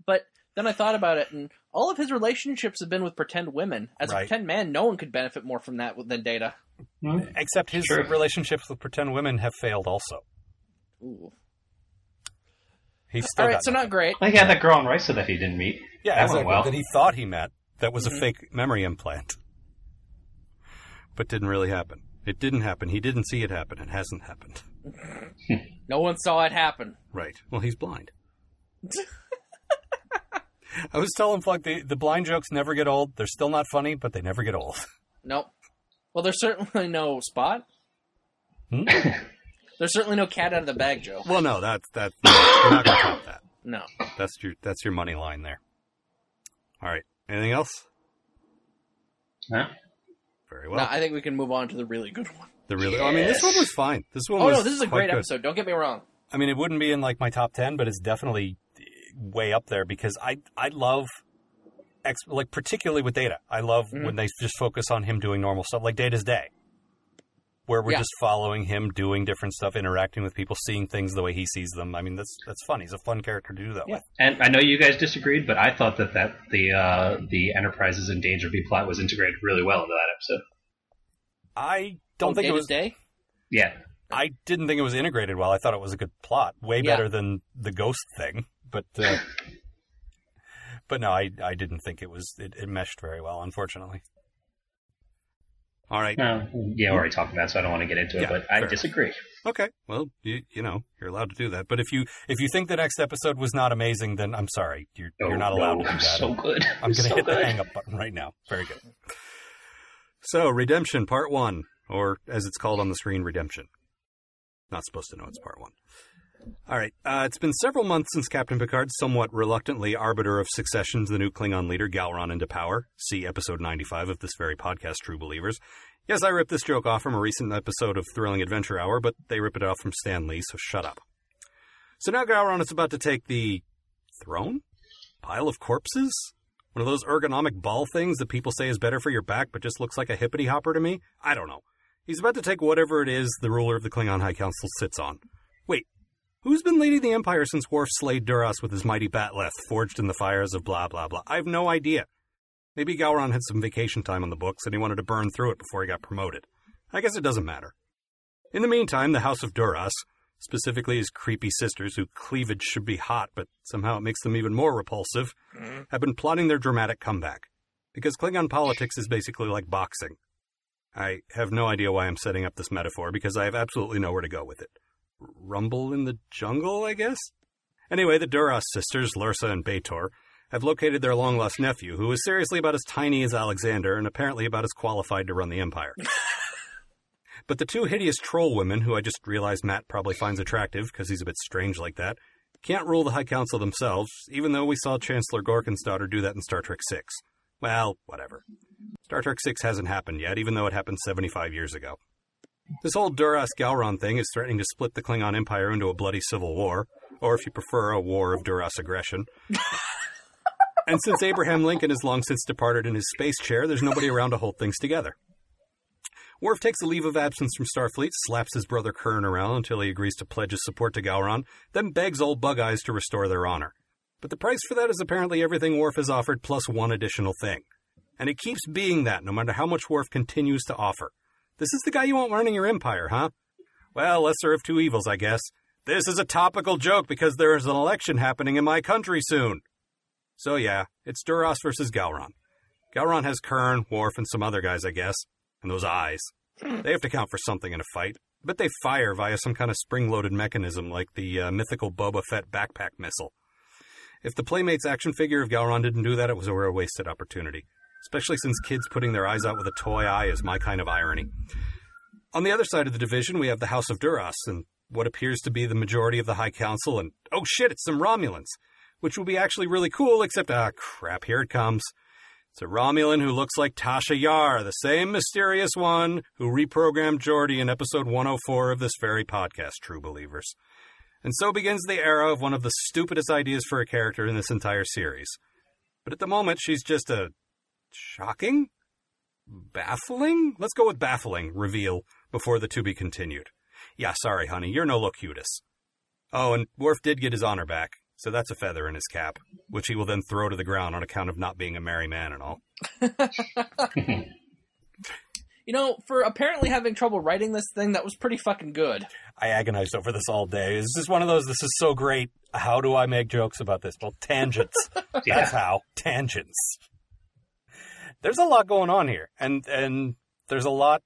S3: But then I thought about it, and all of his relationships have been with pretend women. As a
S2: Right.
S3: pretend man, no one could benefit more from that than Data.
S4: Hmm?
S2: Except his
S4: Sure.
S2: relationships with pretend women have failed also.
S3: Ooh.
S2: He's still
S3: All
S2: got
S3: right, so
S2: nothing.
S3: not great.
S4: I got that girl in Risa that he didn't meet.
S2: Yeah,
S4: that
S2: exactly,
S4: went well.
S2: that he thought he met that was
S3: Mm-hmm.
S2: a fake memory implant, but didn't really happen. It didn't happen. He didn't see it happen. It hasn't happened.
S3: No one saw it happen.
S2: Right. Well, he's blind. I was telling Flug the, the blind jokes never get old. They're still not funny, but they never get old.
S3: Nope. Well, there's certainly no spot.
S2: Hmm?
S3: There's certainly no cat out of the bag, Joe.
S2: Well, no, that's that's we're not gonna top that.
S3: No.
S2: That's your that's your money line there. All right. Anything else?
S4: Huh?
S2: Very well.
S3: no, I think we can move on to the really good one.
S2: the really. I mean, this
S4: Yes.
S2: one was fine. This one.
S3: Oh
S2: was
S3: no, this is a
S2: quite
S3: great
S2: good.
S3: episode. Don't get me wrong.
S2: I mean, it wouldn't be in like my top ten, but it's definitely way up there because I I love ex- like particularly with Data. I love
S3: Mhm.
S2: when they just focus on him doing normal stuff like Data's Day, where we're
S3: Yeah.
S2: just following him doing different stuff, interacting with people, seeing things the way he sees them. I mean, that's that's fun. He's a fun character to do that
S3: Yeah.
S2: with.
S4: And I know you guys disagreed, but I thought that, that the uh, the Enterprise's in danger B plot was integrated really well into that episode.
S2: I don't
S3: Oh,
S2: think
S3: Data's
S2: it was.
S3: day.
S4: Yeah,
S2: I didn't think it was integrated well. I thought it was a good plot, way
S3: Yeah.
S2: better than the ghost thing. But uh, but no, I I didn't think it was it, it meshed very well. Unfortunately. All right.
S4: no, yeah, we already talked about, it, so I don't want to get into it.
S2: Yeah,
S4: but I
S2: fair.
S4: disagree.
S2: Okay. Well, you you know you're allowed to do that. But if you if you think the next episode was not amazing, then I'm sorry. You're
S4: Oh,
S2: you're not allowed
S4: no,
S2: to do
S4: I'm
S2: that.
S4: So good.
S2: I'm gonna
S4: so
S2: hit
S4: good.
S2: the hang up button right now. Very good. So redemption part one, or as it's called on the screen, redemption. Not supposed to know it's part one. All right. Uh, it's been several months since Captain Picard, somewhat reluctantly arbiter of succession to the new Klingon leader Galron into power. See episode 95 of this very podcast, True Believers. Yes, I ripped this joke off from a recent episode of Thrilling Adventure Hour, but they rip it off from Stan Lee, so shut up. So now Galron is about to take the throne? Pile of corpses? One of those ergonomic ball things that people say is better for your back but just looks like a hippity hopper to me? I don't know. He's about to take whatever it is the ruler of the Klingon High Council sits on. Wait, who's been leading the Empire since Worf slayed Duras with his mighty batleth, forged in the fires of blah blah blah? I have no idea. Maybe Gowron had some vacation time on the books and he wanted to burn through it before he got promoted. I guess it doesn't matter. In the meantime, the House of Duras, specifically his creepy sisters, whose cleavage should be hot, but somehow it makes them even more repulsive, have been plotting their dramatic comeback. Because Klingon politics is basically like boxing. I have no idea why I'm setting up this metaphor, because I have absolutely nowhere to go with it. Rumble in the jungle, I guess? Anyway, the Duras sisters, Lursa and Bator, have located their long lost nephew, who is seriously about as tiny as Alexander and apparently about as qualified to run the Empire. But the two hideous troll women, who I just realized Matt probably finds attractive because he's a bit strange like that, can't rule the High Council themselves, even though we saw Chancellor Gorkin's daughter do that in Star Trek VI. Well, whatever. Star Trek VI hasn't happened yet, even though it happened 75 years ago. This whole Duras Galron thing is threatening to split the Klingon Empire into a bloody civil war, or if you prefer, a war of Duras aggression. And since Abraham Lincoln has long since departed in his space chair, there's nobody around to hold things together. Worf takes a leave of absence from Starfleet, slaps his brother Kern around until he agrees to pledge his support to Gowron, then begs old Bug Eyes to restore their honor. But the price for that is apparently everything Worf has offered plus one additional thing. And it keeps being that no matter how much Worf continues to offer. This is the guy you want running your empire, huh? Well, lesser of two evils, I guess. This is a topical joke because there is an election happening in my country soon. So yeah, it's Duras versus Gowron. Gowron has Kern, Worf, and some other guys, I guess. And those eyes. They have to count for something in a fight. But they fire via some kind of spring loaded mechanism like the uh, mythical Boba Fett backpack missile. If the Playmates action figure of Gowron didn't do that, it was a rare wasted opportunity. Especially since kids putting their eyes out with a toy eye is my kind of irony. On the other side of the division, we have the House of Duras and what appears to be the majority of the High Council, and oh shit, it's some Romulans, which will be actually really cool, except ah, crap, here it comes. It's a Romulan who looks like Tasha Yar, the same mysterious one who reprogrammed Geordi in episode 104 of this very podcast, True Believers. And so begins the era of one of the stupidest ideas for a character in this entire series. But at the moment, she's just a shocking, baffling, let's go with baffling reveal before the to be continued. Yeah, sorry, honey, you're no locutus. Oh, and Worf did get his honor back, so that's a feather in his cap, which he will then throw to the ground on account of not being a merry man and all.
S3: You know, for apparently having trouble writing this thing, that was pretty fucking good.
S2: I agonized over this all day. This is one of those, this is so great. How do I make jokes about this? Well, tangents. That's how. Tangents. There's a lot going on here. And, and there's a lot.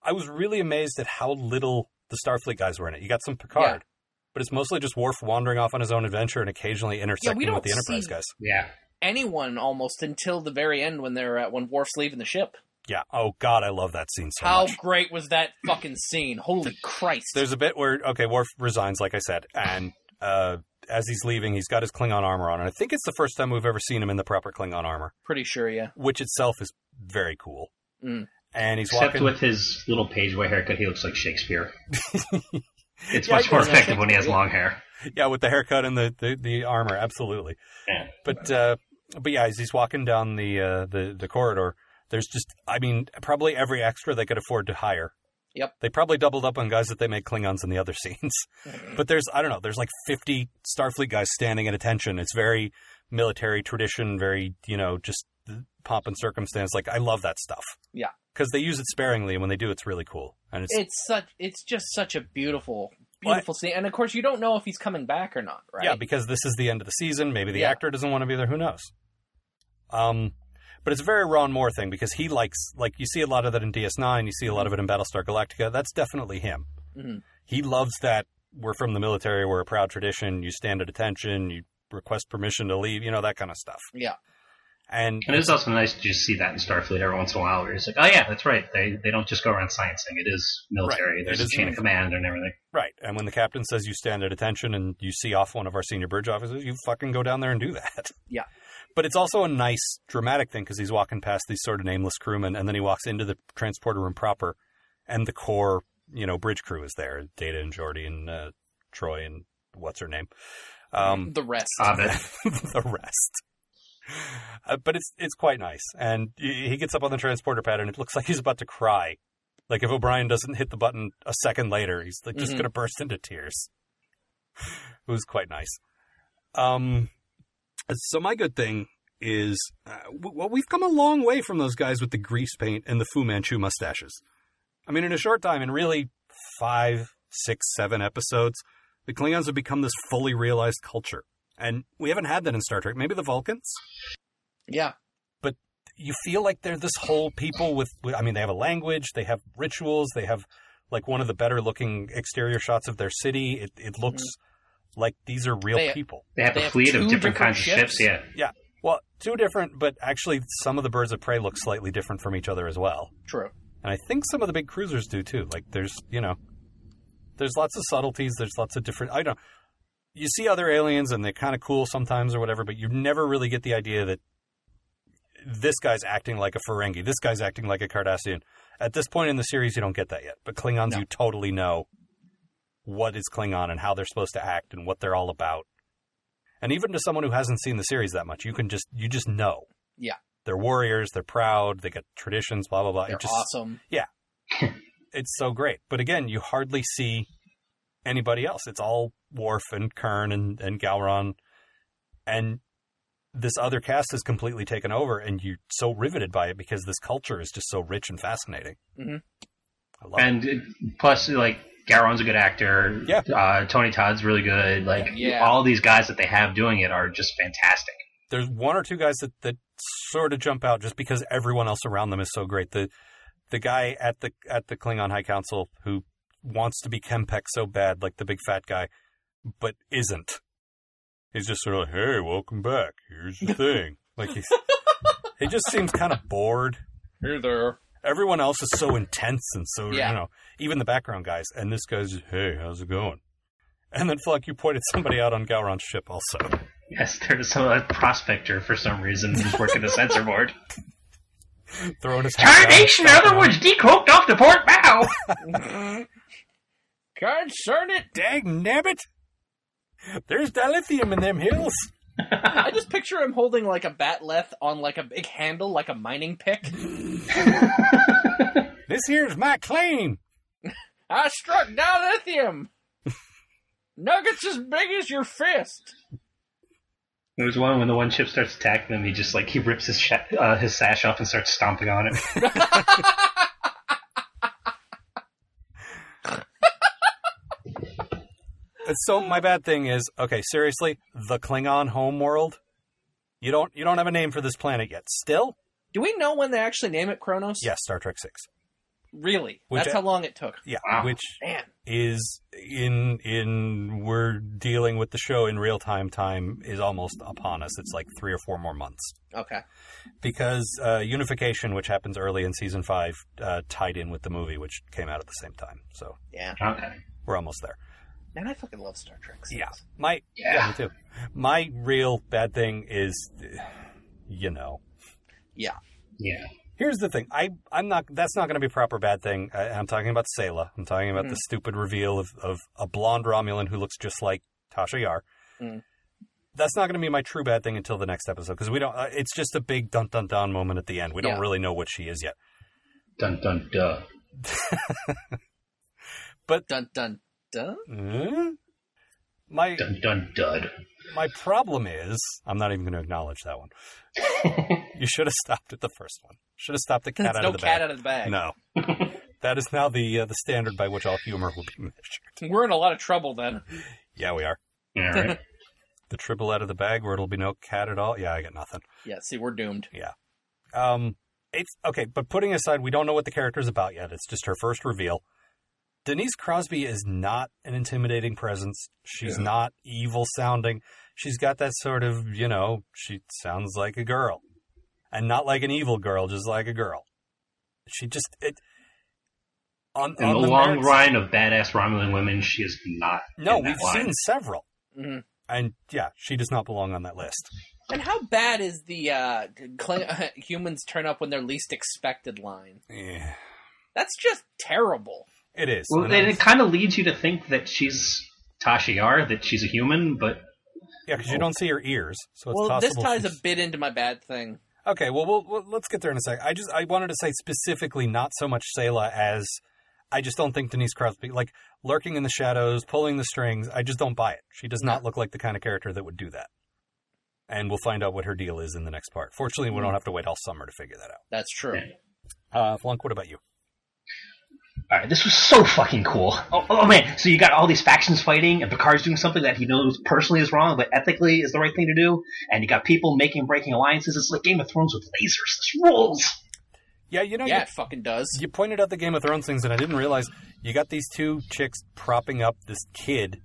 S2: I was really amazed at how little the Starfleet guys were in it. You got some Picard,
S3: Yeah.
S2: but it's mostly just Worf wandering off on his own adventure and occasionally intersecting
S3: don't
S2: with the Enterprise
S3: see-
S2: guys.
S4: Yeah.
S3: Anyone almost until the very end when they're uh, when Worf's leaving the ship.
S2: Yeah. Oh God, I love that scene so
S3: How
S2: much.
S3: great was that fucking scene? Holy Christ!
S2: There's a bit where okay, Worf resigns, like I said, and uh, as he's leaving, he's got his Klingon armor on, and I think it's the first time we've ever seen him in the proper Klingon armor,
S3: pretty sure, yeah.
S2: which itself is very cool.
S3: Mm.
S2: And he's
S4: Except
S2: walking.
S4: with his little pageboy haircut, he looks like Shakespeare. it's
S2: Yeah, I
S4: much more
S2: guess
S3: that's
S4: effective when he has
S3: Shakespeare.
S4: long hair.
S2: yeah, with the haircut and the, the, the armor, absolutely.
S4: Yeah.
S2: But uh, but yeah, as he's walking down the uh, the the corridor, there's just I mean, probably every extra they could afford to hire.
S3: Yep.
S2: They probably doubled up on guys that they made Klingons in the other scenes.
S3: Mm-hmm.
S2: but there's I don't know, there's like 50 Starfleet guys standing at attention. It's very military tradition, very, you know, just the pomp and circumstance. Like I love that stuff.
S3: Yeah.
S2: Cuz they use it sparingly and when they do it's really cool. And it's
S3: It's such. It's just such a beautiful,
S2: Well, I-
S3: beautiful scene. And of course, you don't know if he's coming back or not, right?
S2: Yeah, because this is the end of the season. Maybe the
S3: Yeah.
S2: actor doesn't want to be there. Who knows? Um, but it's a very Ron Moore thing because he likes like you see a lot of that in DS9. You see a lot of it in Battlestar Galactica. That's definitely him.
S3: Mhm.
S2: He loves that we're from the military. We're a proud tradition. You stand at attention. You request permission to leave. You know that kind of stuff.
S3: Yeah.
S2: And
S4: And it's also nice to just see that in Starfleet every once in a while, where it's like, oh yeah, that's right. They they don't just go around sciencing. It is military.
S2: Right.
S4: There's
S2: It
S4: a
S2: is
S4: chain of command and everything.
S2: right, and when the captain says you stand at attention and you see off one of our senior bridge officers, you fucking go down there and do that.
S3: Yeah.
S2: But it's also a nice dramatic thing because he's walking past these sort of nameless crewmen, and then he walks into the transporter room proper, and the core, you know, bridge crew is there: Data and Jordy and uh, Troy and what's her name, um,
S3: The rest.
S4: Ovid.
S2: the rest. Uh, but it's it's quite nice, and he he gets up on the transporter pad, and it looks like he's about to cry. Like if O'Brien doesn't hit the button a second later, he's like just
S3: Mhm.
S2: going to burst into tears. It was quite nice. Um, so my good thing is, uh, w- well, we've come a long way from those guys with the grease paint and the Fu Manchu mustaches. I mean, in a short time, in really five, six, seven episodes, the Klingons have become this fully realized culture, and we haven't had that in Star Trek. Maybe the Vulcans.
S3: yeah.
S2: You feel like they're this whole people with, with. I mean, they have a language, they have rituals, they have like one of the better looking exterior shots of their city. It it looks like these are real
S3: They-
S2: people.
S4: They have
S3: They
S4: a
S3: have
S4: fleet
S3: two
S4: of
S3: different
S4: different, kinds of
S3: ships?
S4: ships. Yeah.
S2: Well, two different, but actually some of the birds of prey look slightly different from each other as well.
S3: True.
S2: And I think some of the big cruisers do too. Like there's, you know, there's lots of subtleties, there's lots of different I don't you see other aliens and they're kind of cool sometimes or whatever, but you never really get the idea that this guy's acting like a Ferengi, this guy's acting like a Cardassian. At this point in the series you don't get that yet. But Klingons
S3: No.
S2: you totally know what is Klingon and how they're supposed to act and what they're all about. and even to someone who hasn't seen the series that much, you can just you just know.
S3: Yeah.
S2: they're warriors. They're proud. They got traditions. Blah blah blah. It
S3: They're
S2: just-
S3: awesome.
S2: It's so great. But again, you hardly see anybody else. It's all Worf and Kern and and Galron, and this other cast is completely taken over, and you're so riveted by it because this culture is just so rich and fascinating.
S3: Mhm.
S2: I love it.
S4: And it- plus, like Garon's a good actor.
S2: Yeah.
S4: Uh, Tony Todd's really good. Like
S3: Yeah.
S4: all these guys that they have doing it are just fantastic.
S2: there's one or two guys that, that sort of jump out just because everyone else around them is so great. The the guy at the at the Klingon High Council who wants to be Kempek so bad, like the big fat guy, but isn't. He's just sort of like, hey, welcome back. Here's your thing. like he's he just seems kind of bored.
S3: Here there.
S2: Everyone else is so intense and so
S3: Yeah.
S2: you know, even the background guys. And this guy's just, hey, how's it going? And then Fluck, you pointed somebody out on Gowron's ship also.
S4: Yes, there's some a prospector for some reason who's working the censor board.
S2: Throwing his hat down,
S4: Tarnation,
S2: stomping on
S4: otherwise decloaked off the port bow.
S3: Concern it.
S2: Dang nabbit! There's dilithium in them hills.
S3: I just picture him holding like a batleth on like a big handle, like a mining pick.
S2: This here's my claim.
S3: I struck dilithium. Nuggets as big as your fist.
S4: There's one when the one ship starts attacking them, he just like he rips his sha uh, his sash off and starts stomping on it.
S2: And Uh, so my bad thing is, okay, seriously, the Klingon homeworld. You don't you don't have a name for this planet yet. Still,
S3: Do we know when they actually name it Kronos?
S2: yes, Star Trek Six.
S3: Really?
S2: Which
S3: That's
S2: I-
S3: how long it took.
S2: Yeah,
S4: Wow.
S2: which
S3: Man.
S2: is in in we're dealing with the show in real time. Time is almost upon us. It's like three or four more months.
S3: Okay.
S2: because uh, unification, which happens early in season five, uh, tied in with the movie, which came out at the same time. So
S3: Yeah.
S4: Okay.
S2: we're almost there.
S3: Man, I fucking love Star Trek.
S2: Yeah, my yeah, me too. My real bad thing is, uh, you know,
S3: Yeah.
S4: Yeah.
S2: here's the thing. I I'm not. That's not going to be a proper bad thing. I, I'm talking about Selah. I'm talking about
S3: Mm.
S2: the stupid reveal of of a blonde Romulan who looks just like Tasha Yar.
S3: Mm.
S2: That's not going to be my true bad thing until the next episode because we don't. Uh, it's just a big dun dun dun moment at the end. We
S3: Yeah.
S2: don't really know what she is yet.
S4: Dun dun duh.
S3: Dun dun dun.
S2: Hmm? My
S4: Dun dun dud.
S2: my problem is I'm not even going to acknowledge that one. you should have stopped at the first one. Should have stopped the cat
S3: That's
S2: out
S3: no
S2: of the
S3: cat
S2: bag.
S3: out of the bag.
S2: No, that is now the uh, the standard by which all humor will be measured.
S3: We're in a lot of trouble then.
S2: Yeah, we are
S4: All right.
S2: the tribble out of the bag where it'll be no cat at all. Yeah, I got nothing.
S3: Yeah, see, we're doomed.
S2: Um, it's okay, but putting aside, we don't know what the character's about yet. It's just her first reveal. Denise Crosby is not an intimidating presence. She's not evil sounding. She's got that sort of, you know, she sounds like a girl. And not like an evil girl, just like a girl. She just it on,
S4: In
S2: on
S4: the, long
S2: merits-
S4: line of badass Romulan women, she is not.
S2: No,
S4: in that
S2: we've
S4: line.
S2: seen several.
S3: Mhm.
S2: And yeah, she does not belong on that list.
S3: And how bad is the uh, cl- humans turn up when they're least expected line?
S2: Yeah,
S3: That's just terrible.
S2: it is.
S4: Well,
S2: And
S4: then
S2: that's-
S4: it kind of leads you to think that she's Tasha Yar, that she's a human, but
S2: yeah, because you don't see her ears, so it's
S3: well, this
S2: possible
S3: ties a
S2: she's-
S3: bit into my bad thing.
S2: Okay, well, we'll, we'll let's get there in a sec. I just I wanted to say specifically, not so much Selah as I just don't think Denise Crosby like lurking in the shadows, pulling the strings. I just don't buy it. She does not look like the kind of character that would do that. And we'll find out what her deal is in the next part. Fortunately, we don't have to wait all summer to figure that
S3: That's true.
S2: out. Uh, Flunk, what about you?
S4: All right, this was so fucking cool. Oh, oh man, so you got all these factions fighting, and Picard's doing something that he knows personally is wrong, but ethically is the right thing to do, and you got people making and breaking alliances. It's like Game of Thrones with lasers. This rules.
S2: Yeah, you know,
S3: Yeah,
S2: you,
S3: it fucking does.
S2: you pointed out the Game of Thrones things, and I didn't realize you got these two chicks propping up this kid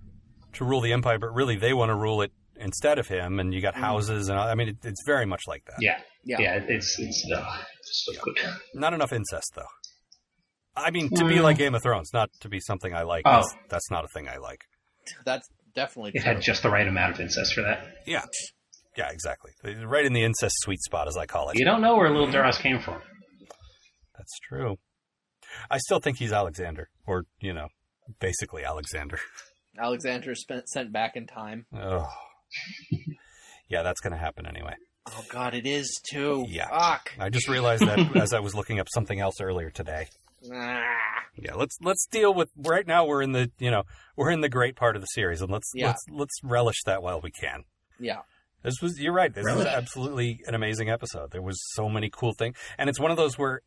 S2: to rule the empire, but really they want to rule it instead of him. And you got houses, and all- I mean, it, it's very much like that.
S4: Yeah,
S3: Yeah.
S4: it's it's uh, so good.
S2: Not enough incest, though. I mean, to be like Game of Thrones, not to be something I like.
S4: Oh.
S2: That's, that's not a thing I like.
S3: That's definitely
S4: It
S3: true.
S4: had just the right amount of incest for that.
S2: Yeah. Yeah, exactly. Right in the incest sweet spot, as I call it.
S4: You don't know where Little Duras came from.
S2: That's true. I still think he's Alexander, or, you know, basically Alexander.
S3: Alexander spent, sent back in time.
S2: Oh, Yeah, that's going to happen anyway.
S3: Oh God, it is too.
S2: Yeah.
S3: Fuck.
S2: I just realized that as I was looking up something else earlier today.
S3: Ah.
S2: Yeah, let's let's deal with right now. We're in the you know we're in the great part of the series, and let's
S3: Yeah.
S2: let's let's relish that while we can.
S3: Yeah.
S2: This was you're right. This was
S4: Relish.
S2: absolutely an amazing episode. There was so many cool things, and it's one of those where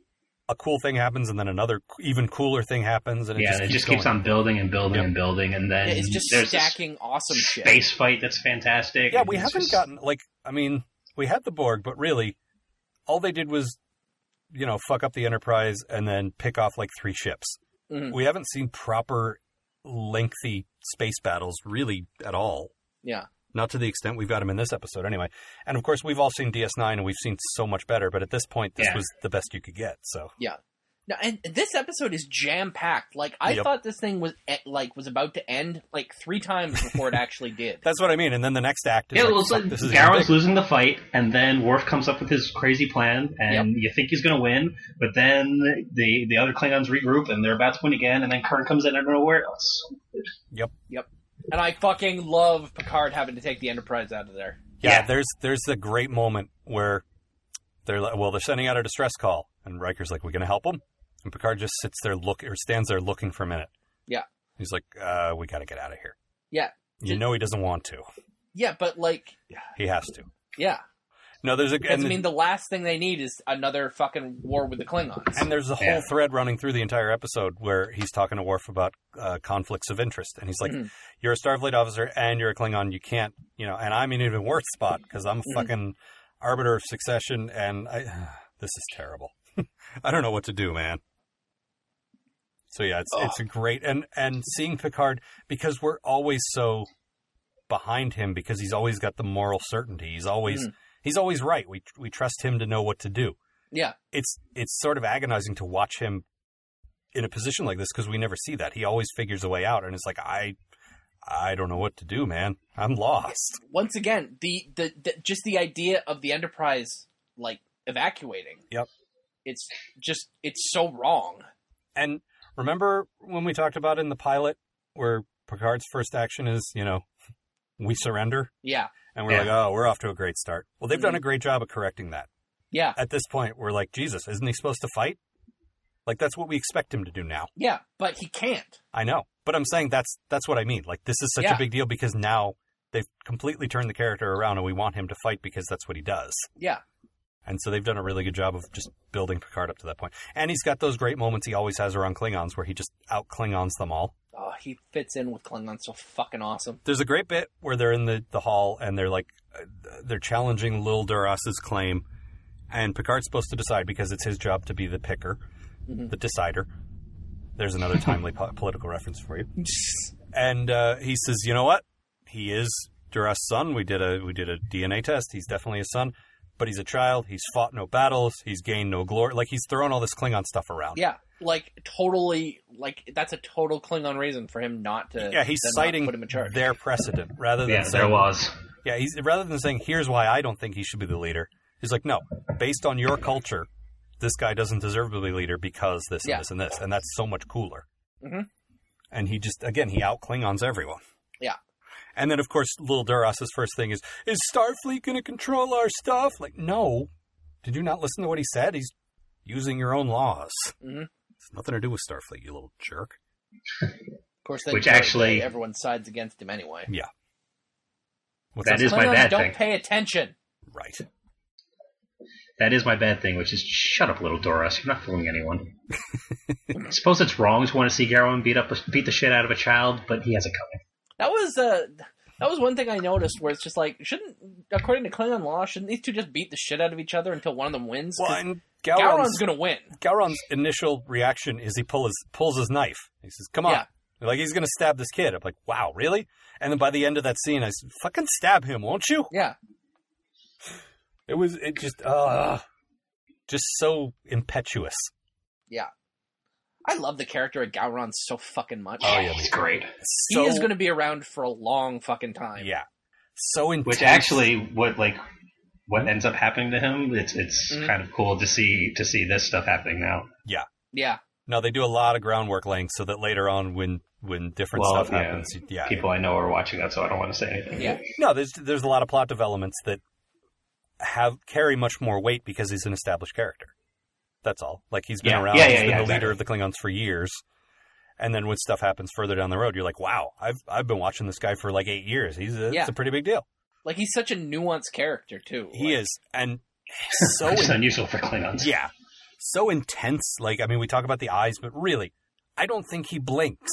S2: a cool thing happens, and then another co- even cooler thing happens, and it
S4: yeah,
S2: just
S4: it
S2: keeps
S4: just keeps
S2: going.
S4: on building and building and building, and then
S3: Yeah, it's just
S4: there's this
S3: stacking awesome shit.
S4: space fight that's fantastic.
S2: Yeah,
S4: and
S2: we
S4: it's
S2: haven't
S4: just-
S2: gotten like I mean we had the Borg, but really all they did was you know fuck up the Enterprise and then pick off like three ships.
S4: Mm-hmm.
S3: Mhm.
S2: We haven't seen proper lengthy space battles really at all.
S3: Yeah.
S2: Not to the extent we've got them in this episode, anyway. And of course, we've all seen DS9 and we've seen so much better. But at this point, this
S4: Yeah.
S2: was the best you could get. So
S3: No, and this episode is jam packed. Like I
S2: Yep.
S3: thought this thing was eh, like was about to end like three times before it actually did.
S2: that's what I mean. And then the next act is
S4: Yeah,
S2: like,
S4: well, it's
S2: fuck,
S4: like
S2: this is
S4: Darrow's losing the fight, and then Worf comes up with his crazy plan, and you think he's going to win, but then the the other Klingons regroup, and they're about to win again, and then Kern comes in out of nowhere. It's-
S3: And I fucking love Picard having to take the Enterprise out of there.
S2: yeah,
S4: Yeah.
S2: there's there's a great moment where they're like, well, they're sending out a distress call, and Riker's like, "We're going to help them," and Picard just sits there, look or stands there looking for a minute.
S3: Yeah.
S2: he's like, uh, "We got to get out of here."
S3: Yeah.
S2: you know he doesn't want to.
S3: Yeah, but like,
S2: He has to.
S3: yeah.
S2: No, there's a
S3: Because,
S2: and,
S3: I mean, the last thing they need is another fucking war with the Klingons.
S2: and there's a whole
S4: Yeah.
S2: thread running through the entire episode where he's talking to Worf about uh, conflicts of interest, and he's like,
S3: Mhm.
S2: "You're a Starfleet officer and you're a Klingon. You can't, you know." And I'm in an even worse spot because I'm a
S3: Mhm.
S2: fucking arbiter of succession, and I this is terrible. I don't know what to do, man. So yeah, it's it's a great and and seeing Picard because we're always so behind him because he's always got the moral certainty. He's always he's always right. We we trust him to know what to do.
S3: Yeah.
S2: It's it's sort of agonizing to watch him in a position like this because we never see that. He always figures a way out, and it's like I I don't know what to do, man. I'm lost.
S3: Once again, the, the the just the idea of the Enterprise like evacuating.
S2: Yep.
S3: It's just it's so wrong.
S2: And remember when we talked about in the pilot where Picard's first action is, you know, we surrender,
S3: Yeah.
S2: and we're
S4: Yeah.
S2: like, oh, we're off to a great start. Well, they've done a great job of correcting that.
S3: Yeah.
S2: At this point, we're like, Jesus, isn't he supposed to fight? Like that's what we expect him to do now.
S3: Yeah. But he can't.
S2: I know, but I'm saying that's that's what I mean. Like this is such
S3: Yeah.
S2: a big deal because now they've completely turned the character around, and we want him to fight because that's what he does.
S3: Yeah.
S2: And so they've done a really good job of just building Picard up to that point. And he's got those great moments he always has around Klingons, where he just out Klingons them all.
S3: Oh, he fits in with Klingon so fucking awesome.
S2: There's a great bit where they're in the, the hall and they're like uh, they're challenging Lil Duras's claim, and Picard's supposed to decide because it's his job to be the picker,
S3: Mm-hmm.
S2: the decider. There's another timely po- political reference for you. and uh, he says, "You know what? He is Duras' son. We did a we did a DNA test. He's definitely his son, but he's a child. He's fought no battles. He's gained no glory. Like he's thrown all this Klingon stuff around.
S3: Yeah, like totally, like that's a total Klingon reason for him not to.
S2: Yeah, he's
S3: to not
S2: citing
S3: put him in charge.
S2: their precedent rather than
S4: yeah,
S2: saying,
S4: there was.
S2: yeah, he's rather than saying, "Here's why I don't think he should be the leader." He's like, "No, based on your culture, this guy doesn't deserve to be leader because this
S3: Yeah.
S2: and this and this, and that's so much cooler."
S3: Mhm.
S2: And he just again he out Klingons everyone.
S3: Yeah.
S2: And then of course, little Duras's first thing is, "Is Starfleet going to control our stuff?" Like, no. Did you not listen to what he said? He's using your own laws.
S3: Mhm.
S2: It's nothing to do with Starfleet, you little jerk.
S3: Of course, they
S4: Which
S3: do it,
S4: actually-
S3: they- everyone sides against him anyway.
S2: What's
S4: That is my
S3: Klingons
S4: bad
S3: don't
S4: thing.
S3: pay attention.
S2: right.
S4: That is my bad thing, which is shut up, little Doris. You're not fooling anyone. Suppose it's wrong to want to see Garwin beat up, beat the shit out of a child, but he has it coming.
S3: That was uh, that was one thing I noticed where it's just like, shouldn't according to Klingon law, shouldn't these two just beat the shit out of each other until one of them wins? 'Cause
S2: Well, and
S3: Gowron's gonna win.
S2: Gowron's initial reaction is he pull his, pulls his knife. He says, "Come on!"
S3: Yeah.
S2: Like he's going to stab this kid. I'm like, "Wow, really?" And then by the end of that scene, I said, "Fucking stab him, won't you?"
S3: Yeah,
S2: It was it just uh just so impetuous.
S3: I love the character of Gowron so fucking much.
S2: Oh,
S4: It's great.
S2: So,
S3: he is gonna be around for a long fucking time.
S2: yeah, so intense.
S4: Which actually, what like what ends up happening to him? It's it's
S2: Mm-hmm.
S3: Mhm.
S4: kind of cool to see to see this stuff happening now.
S3: yeah,
S2: no, they do a lot of groundwork laying so that later on, when when different
S4: Well,
S2: stuff
S4: yeah,
S2: happens. Yeah,
S4: People I know are watching that, so I don't want to say anything.
S3: Yeah.
S2: no, there's there's a lot of plot developments that have carry much more weight because he's an established character. That's all. Like he's been
S4: Yeah.
S2: around,
S4: Yeah,
S2: he's
S4: yeah,
S2: been
S4: yeah,
S2: the
S4: exactly.
S2: leader of the Klingons for years. And then when stuff happens further down the road, you're like, "Wow, I've I've been watching this guy for like eight years. He's a,
S3: Yeah.
S2: it's a pretty big deal.
S3: Like he's such a nuanced character too.
S2: He
S3: Like,
S2: is, and so
S4: Which is
S2: in-
S4: unusual for Klingons.
S2: yeah, so intense. Like I mean, we talk about the eyes, but really, I don't think he blinks.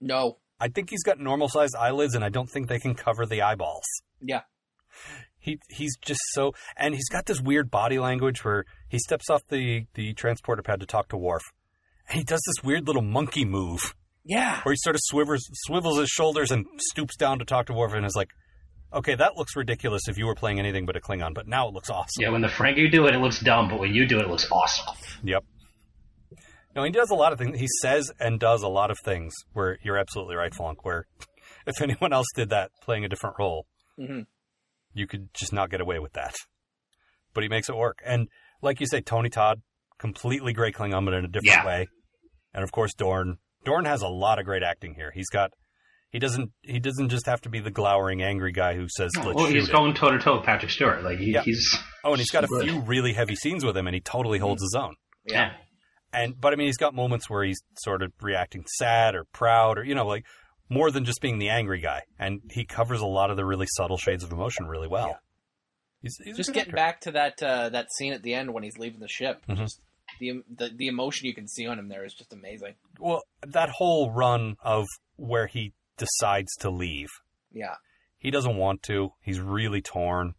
S3: No,
S2: I think he's got normal sized eyelids, and I don't think they can cover the eyeballs.
S3: Yeah.
S2: He he's just so, and he's got this weird body language where he steps off the the transporter pad to talk to Worf, and he does this weird little monkey move
S3: yeah,
S2: where he sort of swivers, swivels his shoulders and stoops down to talk to Worf, and is like, "Okay, that looks ridiculous if you were playing anything but a Klingon, but now it looks awesome."
S4: Yeah, when the Frankie do it, it looks dumb, but when you do it, it looks awesome.
S2: Yep. No, he does a lot of things. He says and does a lot of things where you're absolutely right, Flunk, where if anyone else did that playing a different role,
S3: Mhm.
S2: you could just not get away with that. But he makes it work. And like you say, Tony Todd, completely great Klingon, but in a different
S4: Yeah.
S2: way. And of course, Dorn. Dorn has a lot of great acting here. He's got. He doesn't. He doesn't just have to be the glowering, angry guy who says, "Let's
S4: well,
S2: Oh, shoot
S4: he's
S2: it."
S4: going toe to toe with Patrick Stewart. Like he,
S2: Yeah.
S4: he's
S2: oh, and he's got a
S4: Right.
S2: few really heavy scenes with him, and he totally holds his own.
S4: yeah.
S2: and but I mean, he's got moments where he's sort of reacting sad or proud or you know, like more than just being the angry guy. And he covers a lot of the really subtle shades of emotion really well. He's, he's a
S3: just
S2: good
S3: getting
S2: actor.
S3: back to that uh, that scene at the end when he's leaving the ship.
S2: Mhm.
S3: Just the, the the emotion you can see on him there is just amazing.
S2: Well, that whole run of where he decides to leave,
S3: Yeah,
S2: he doesn't want to. He's really torn.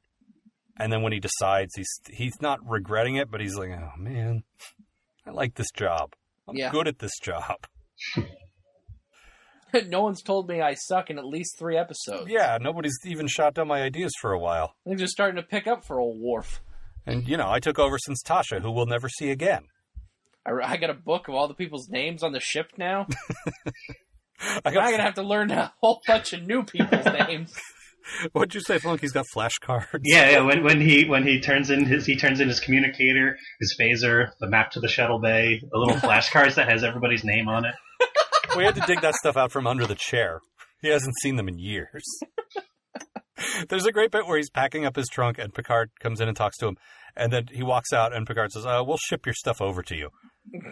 S2: And then when he decides, he's he's not regretting it, but he's like, oh man, I like this job. I'm
S3: Yeah.
S2: good at this job.
S3: no one's told me I suck in at least three episodes.
S2: Yeah, nobody's even shot down my ideas for a while.
S3: Things are starting to pick up for old Worf.
S2: And you know, I took over since Tasha, who we'll never see again.
S3: I, I got a book of all the people's names on the ship now.
S2: I
S3: I'm
S2: got,
S3: gonna have to learn a whole bunch of new people's names.
S2: what'd you say, Flunk? He's got flashcards.
S4: Yeah, yeah. When when he when he turns in his he turns in his communicator, his phaser, the map to the shuttle bay, the little flashcards that has everybody's name on it.
S2: we had to dig that stuff out from under the chair. He hasn't seen them in years. There's a great bit where he's packing up his trunk, and Picard comes in and talks to him, and then he walks out, and Picard says, uh, "We'll ship your stuff over to you,"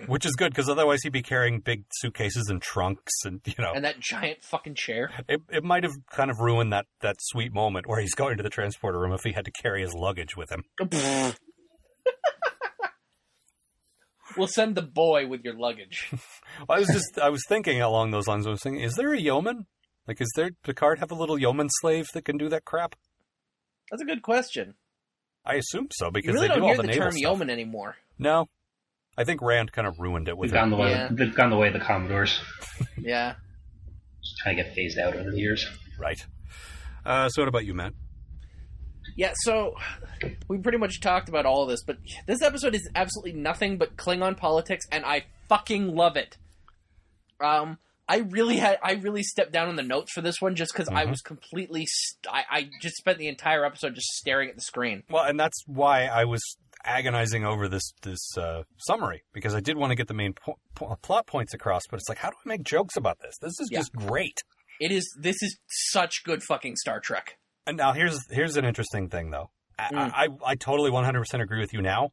S2: which is good because otherwise he'd be carrying big suitcases and trunks, and you know,
S3: And that giant fucking chair.
S2: it, it might have kind of ruined that that sweet moment where he's going to the transporter room if he had to carry his luggage with him.
S3: we'll send the boy with your luggage.
S2: Well, I was just I was thinking along those lines. I was thinking, is there a yeoman? Like, is there Picard have a little yeoman slave that can do that crap?
S3: That's a good question.
S2: I assume so
S3: You
S2: because
S3: really
S2: they do
S3: don't
S2: all
S3: hear
S2: the,
S3: the,
S2: naval
S3: term
S2: stuff.
S3: yeoman anymore.
S2: No, I think Rand kind of ruined it with
S4: We've
S2: it.
S4: gone the way
S3: Yeah.
S4: they've gone the way of the Commodores.
S3: Yeah.
S4: Just trying to get phased out over the years.
S2: Right. Uh, so what about you, Matt?
S3: Yeah, so we pretty much talked about all of this, but this episode is absolutely nothing but Klingon politics, and I fucking love it. Um, I really had I really stepped down on the notes for this one just because I
S2: Mhm.
S3: was completely st- I, I just spent the entire episode just staring at the screen.
S2: Well, and that's why I was agonizing over this this uh, summary because I did want to get the main po- po- plot points across, but it's like, how do I make jokes about this? This is
S3: Yeah.
S2: just great.
S3: It is this is such good fucking Star Trek.
S2: And now here's here's an interesting thing though. I,
S3: Mm.
S2: I I totally 100% agree with you now,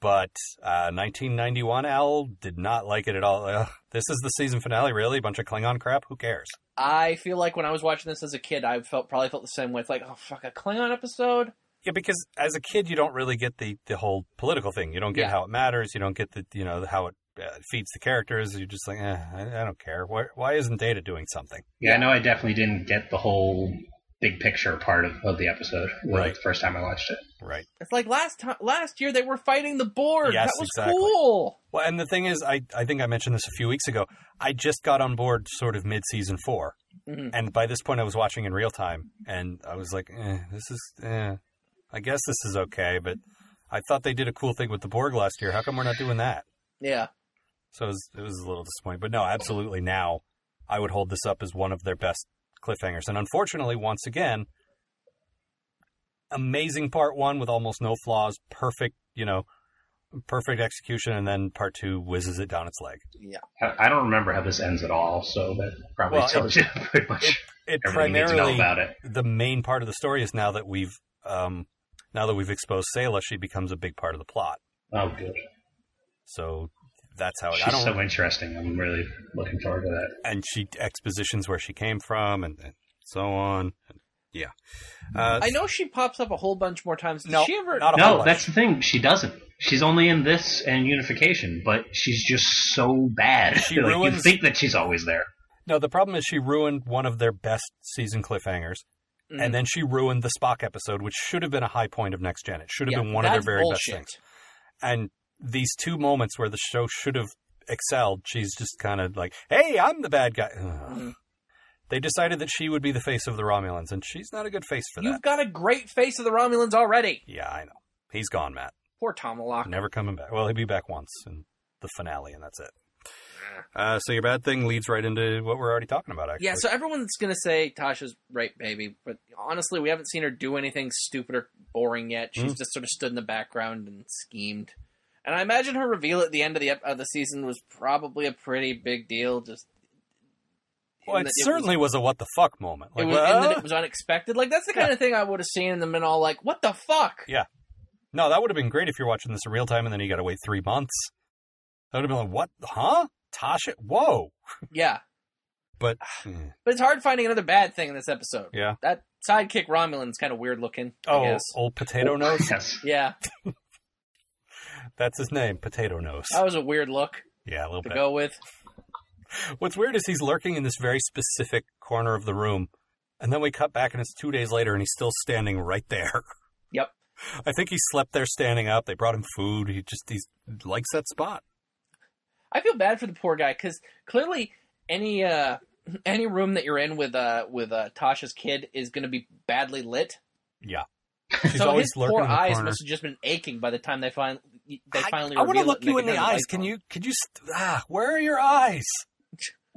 S2: but uh, 1991 Al did not like it at all. Ugh, this is the season finale, really, bunch of Klingon crap. Who cares?
S3: I feel like when I was watching this as a kid, I felt probably felt the same way. It's like, oh fuck, a Klingon episode.
S2: Yeah, because as a kid, you don't really get the the whole political thing. You don't get
S3: Yeah.
S2: how it matters. You don't get the you know how it uh, feeds the characters. You're just like, eh, I, I don't care. Why why isn't Data doing something?
S4: Yeah, I know I definitely didn't get the whole big picture part of, of the episode when-
S2: Right.
S4: the first time I watched it.
S2: Right.
S3: It's like last time, last year they were fighting the board.
S2: Yes,
S3: that was
S2: exactly.
S3: cool.
S2: Well, and the thing is, I, I think I mentioned this a few weeks ago. I just got on board sort of mid season 4
S3: Mhm.
S2: and by this point I was watching in real time, and I was like, eh, "This is, eh, I guess this is okay." But I thought they did a cool thing with the Borg last year. How come we're not doing that?
S3: Yeah,
S2: So it was, it was a little disappointing. But no, absolutely. Now I would hold this up as one of their best cliffhangers, and unfortunately, once again, amazing part one with almost no flaws, perfect. You know, perfect execution, and then part two whizzes it down its leg.
S3: Yeah.
S4: I I don't remember how this ends at all, so that probably
S2: Well, it-
S4: tells you pretty much
S2: It
S4: everything you need to know
S2: primarily
S4: about it.
S2: the main part of the story is now that we've um, now that we've exposed Sayla, she becomes a big part of the plot.
S4: Oh, good.
S2: So that's
S3: Oh,
S2: how it. I
S4: She's
S2: don't,
S4: so interesting. I'm really looking forward to that.
S2: and she expositions where she came from, and, and so on. And, yeah. Uh,
S3: I know she pops up a whole bunch more times. Does
S2: No,
S3: she ever?
S2: not a- whole
S4: No,
S2: bunch.
S4: that's the thing. She doesn't. She's only in this and Unification, but she's just so bad.
S2: She
S4: like,
S2: ruins-
S4: You think that she's always there.
S2: no, the problem is she ruined one of their best season cliffhangers,
S3: Mhm.
S2: and then she ruined the Spock episode, which should have been a high point of Next Gen. It should have
S3: Yeah,
S2: been one of their
S3: that's
S2: very
S3: bullshit.
S2: best things. And these two moments where the show should have excelled, she's just kind of like, "Hey, I'm the bad guy." Ugh.
S3: Mhm.
S2: They decided that she would be the face of the Romulans, and she's not a good face for that.
S3: You've got a great face of the Romulans already.
S2: Yeah, I know. He's gone, Matt.
S3: Poor Tomalak.
S2: Never coming back. Well, he'll be back once in the finale, and that's it. Uh, so your bad thing leads right into what we're already talking about. Actually,
S3: Yeah, so everyone's gonna say Tasha's right, baby, but honestly, we haven't seen her do anything stupid or boring yet.
S2: Mm-hmm.
S3: She's just sort of stood in the background and schemed. And I imagine her reveal at the end of the ep- of the season was probably a pretty big deal. Just
S2: well,
S3: in
S2: it
S3: that was-
S2: certainly was, a what the fuck moment. Like,
S3: it was, and that
S2: "What?"
S3: it was unexpected. Like that's the kind of thing I would have seen, and then all like, "What the fuck?"
S2: no, that would have been great if you're watching this in real time, and then you got to wait three months. That would have been like, what? Huh? Tasha? Whoa!
S3: Yeah,
S2: But hmm,
S3: but it's hard finding another bad thing in this episode.
S2: yeah.
S3: That sidekick Romulan's kind of weird looking. I
S2: Oh,
S3: guess.
S2: old potato nose.
S4: Yes.
S3: yeah,
S2: That's his name, potato nose.
S3: that was a weird look
S2: yeah, a little
S3: to
S2: bit.
S3: go with.
S2: What's weird is he's lurking in this very specific corner of the room, and then we cut back, and it's two days later, and he's still standing right there.
S3: Yep.
S2: I think he slept there standing up. They brought him food. He just he likes that spot.
S3: I feel bad for the poor guy because clearly any uh, any room that you're in with uh, with uh, Tasha's kid is going to be badly lit.
S2: Yeah. She's
S3: so
S2: always
S3: his
S2: lurking
S3: poor
S2: in the
S3: eyes
S2: corner.
S3: must have just been aching by the time they finally they finally.
S2: I, I
S3: want to
S2: look you in the eyes. Can you? Could you? St- ah, where are your eyes?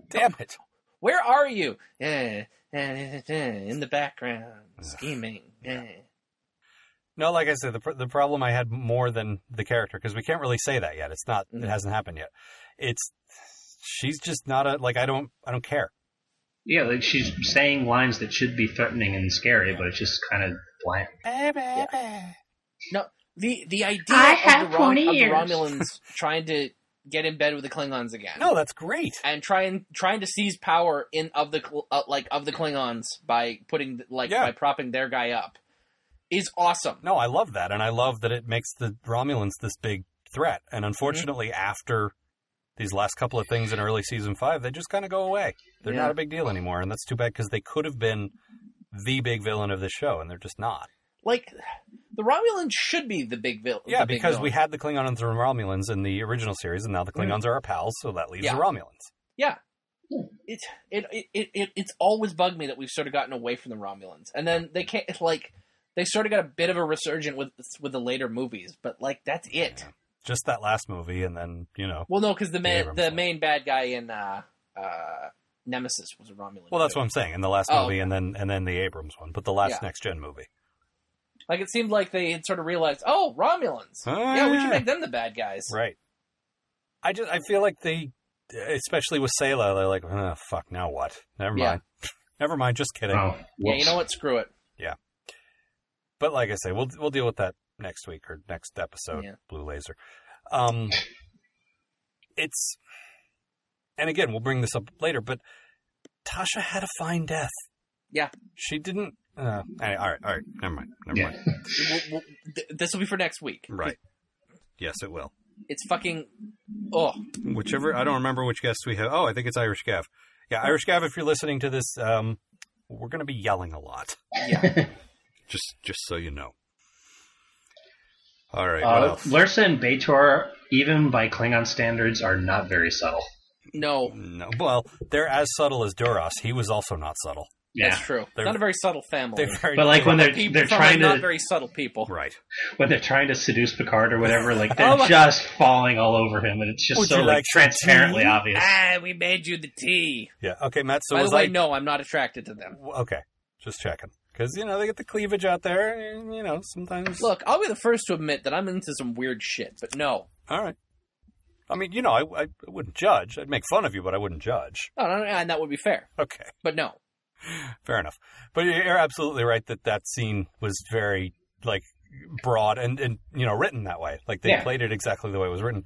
S2: Damn it!
S3: Where are you? Eh, eh, eh, eh, in the background, scheming. eh.
S2: No, like I said, the pr- the problem I had more than the character because we can't really say that yet. It's not. It
S3: Mhm.
S2: hasn't happened yet. It's she's just not a like. I don't. I don't care.
S4: Yeah, like she's saying lines that should be threatening and scary, but it's just kind of bland.
S3: No, the the idea
S8: I
S3: of
S8: have
S3: the, Rom- of the
S8: pointy ears.
S3: Romulans trying to get in bed with the Klingons again.
S2: No, that's great.
S3: and trying trying to seize power in of the Kl- uh, like of the Klingons by putting like
S2: Yeah.
S3: by propping their guy up is awesome.
S2: No, I love that, and I love that it makes the Romulans this big threat. And
S3: Mm-hmm.
S2: unfortunately, after these last couple of things in early season five, they just kind of go away. They're
S3: Yeah.
S2: not a big deal anymore, and that's too bad because they could have been the big villain of the show, and they're just not.
S3: Like the Romulans should be the big villain. Mm-hmm.
S2: Yeah, because we had the Klingons and the Romulans in the original series, and now the Klingons are our pals, so that leaves
S3: Yeah.
S2: the Romulans.
S3: yeah. It, it it it it it's always bugged me that we've sort of gotten away from the Romulans, and then they can't it's like they sort of got a bit of a resurgent with with the later movies, but like that's it.
S2: Just that last movie, and then you know.
S3: Well, no, because the main
S2: Abrams
S3: the
S2: one.
S3: main bad guy in uh, uh, Nemesis was a Romulan.
S2: Well, that's
S3: too.
S2: what I'm saying. In the last
S3: Oh,
S2: movie, and then and then the Abrams one, but the last
S3: Yeah.
S2: Next Gen movie.
S3: Like it seemed like they had sort of realized, oh, Romulans.
S2: Oh,
S3: yeah, we
S2: yeah.
S3: should make them the bad guys.
S2: Right. I just I feel like they, especially with Sayla, they're like, "Ugh, fuck, now what? Never
S3: Yeah.
S2: mind. Never mind. Just kidding.
S4: Oh,
S3: Yeah,
S4: whoops.
S3: you know what? Screw it.
S2: But like I say, we'll we'll deal with that next week or next episode.
S3: Yeah.
S2: Blue Laser. Um, it's, and again, we'll bring this up later. But Tasha had a fine death.
S3: Yeah.
S2: She didn't. Uh, any- all right, all right. Never mind. Never
S4: Yeah.
S2: mind.
S3: We'll- we'll- th- this will be for next week.
S2: Right. Yes, it will.
S3: It's fucking. Oh,
S2: whichever I don't remember which guest we have. Oh, I think it's Irish Gav. Yeah, Irish Gav. If you're listening to this, um, we're going to be yelling a lot.
S3: Yeah.
S2: just just so you know. All right. what
S4: Uh,
S2: else?
S4: Lursa and Bator, even by Klingon standards, are not very subtle.
S3: no.
S2: no, well, they're as subtle as Duras. He was also not subtle.
S4: Yeah,
S3: That's true.
S2: They're-
S3: not a very subtle family.
S2: They're very
S4: but like when they're
S3: People
S4: they're
S3: from
S4: trying
S3: not
S4: to
S3: very subtle people.
S2: right.
S4: when they're trying to seduce Picard or whatever, like they're
S3: Oh my-
S4: just falling all over him, and it's just
S2: Would
S4: so
S2: you
S4: like,
S2: like some
S4: transparently
S2: tea?
S4: obvious.
S3: Ah, we made you the tea.
S2: Yeah. Okay, Matt. So
S3: By
S2: was
S3: the way,
S2: I?
S3: no, I'm not attracted to them.
S2: Okay, just checking. because you know they get the cleavage out there. And, you know, sometimes
S3: Look, I'll be the first to admit that I'm into some weird shit, but no.
S2: All right. I mean, you know, I, I wouldn't judge. I'd make fun of you, but I wouldn't judge.
S3: No, no, no, and that would be fair,
S2: Okay,
S3: but no.
S2: fair enough. But you're absolutely right that that scene was very like broad and and you know written that way. Like they
S4: Yeah.
S2: played it exactly the way it was written.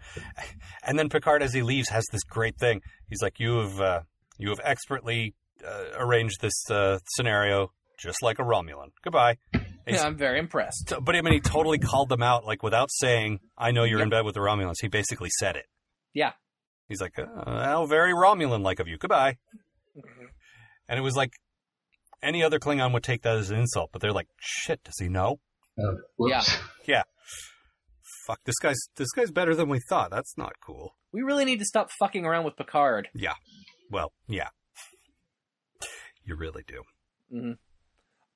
S2: And then Picard, as he leaves, has this great thing. He's like, "You have uh, you have expertly uh, arranged this uh, scenario just like a Romulan. Goodbye." He's-
S3: Yeah, I'm very impressed.
S2: T- But I mean, he totally called them out, like without saying, "I know you're in
S3: Yep.
S2: bed with the Romulans." He basically said it.
S3: Yeah.
S2: He's like, uh, "How very Romulan-like of you. Goodbye." And it was like any other Klingon would take that as an insult, but they're like, "Shit, does he know?
S4: Oh, whoops.
S2: Fuck, this guy's this guy's better than we thought. That's not cool."
S3: We really need to stop fucking around with Picard.
S2: Yeah. Well, yeah. You really do.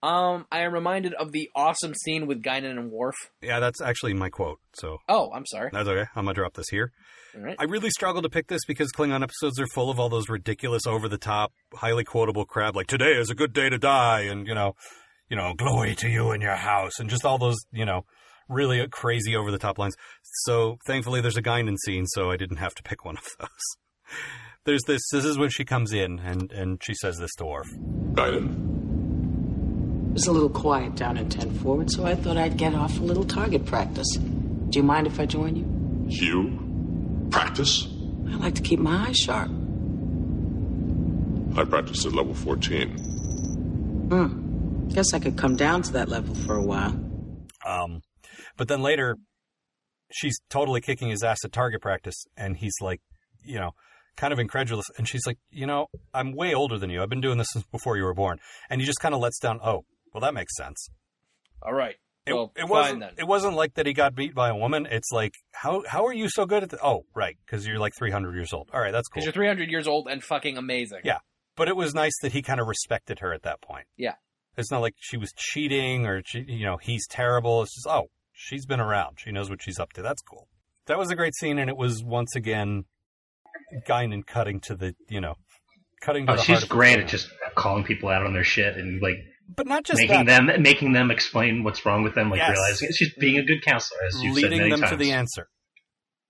S3: Um, I am reminded of the awesome scene with Guinan and Worf.
S2: Yeah, that's actually my quote. So
S3: Oh, I'm sorry.
S2: that's okay. I'm gonna drop this here.
S3: All right.
S2: I really struggle to pick this because Klingon episodes are full of all those ridiculous, over the top, highly quotable crap like "Today is a good day to die" and you know, you know, "Glory to you in your house" and just all those you know, really crazy, over the top lines. So thankfully, there's a Guinan scene, so I didn't have to pick one of those. There's this. This is when she comes in and and she says this to Worf.
S8: Guinan,
S9: It was a little quiet down in 10 forward, so I thought I'd get off a little target practice. Do you mind if I join you?
S8: you practice?
S9: I like to keep my eyes sharp.
S8: I practiced at level 14.
S9: Guess I could come down to that level for a while.
S2: Um, but then later, she's totally kicking his ass at target practice, and he's like, you know, kind of incredulous. And she's like, you know, I'm way older than you. I've been doing this since before you were born. And he just kind of lets down. Oh, well, that makes sense.
S3: All right.
S2: It,
S3: well,
S2: it
S3: fine
S2: wasn't.
S3: then.
S2: It wasn't like that. He got beat by a woman. It's like, how how are you so good at this? Oh, right, because you're like 300 years old. All right, that's cool.
S3: Because you're 300 years old and fucking amazing.
S2: Yeah. But it was nice that he kind of respected her at that point.
S3: Yeah.
S2: It's not like she was cheating or, she, you know, he's terrible. It's just, oh, she's been around. She knows what she's up to. That's cool. That was a great scene. And it was once again Guinan cutting to the, you know, cutting to
S4: Oh,
S2: the
S4: she's
S2: heart of-
S4: great at just calling people out on their shit and like
S2: But not just
S4: making
S2: that.
S4: them making them explain what's wrong with them, like
S2: Yes.
S4: realizing it. she's being a good counselor, as you've said
S2: leading
S4: many
S2: them
S4: times.
S2: to the answer.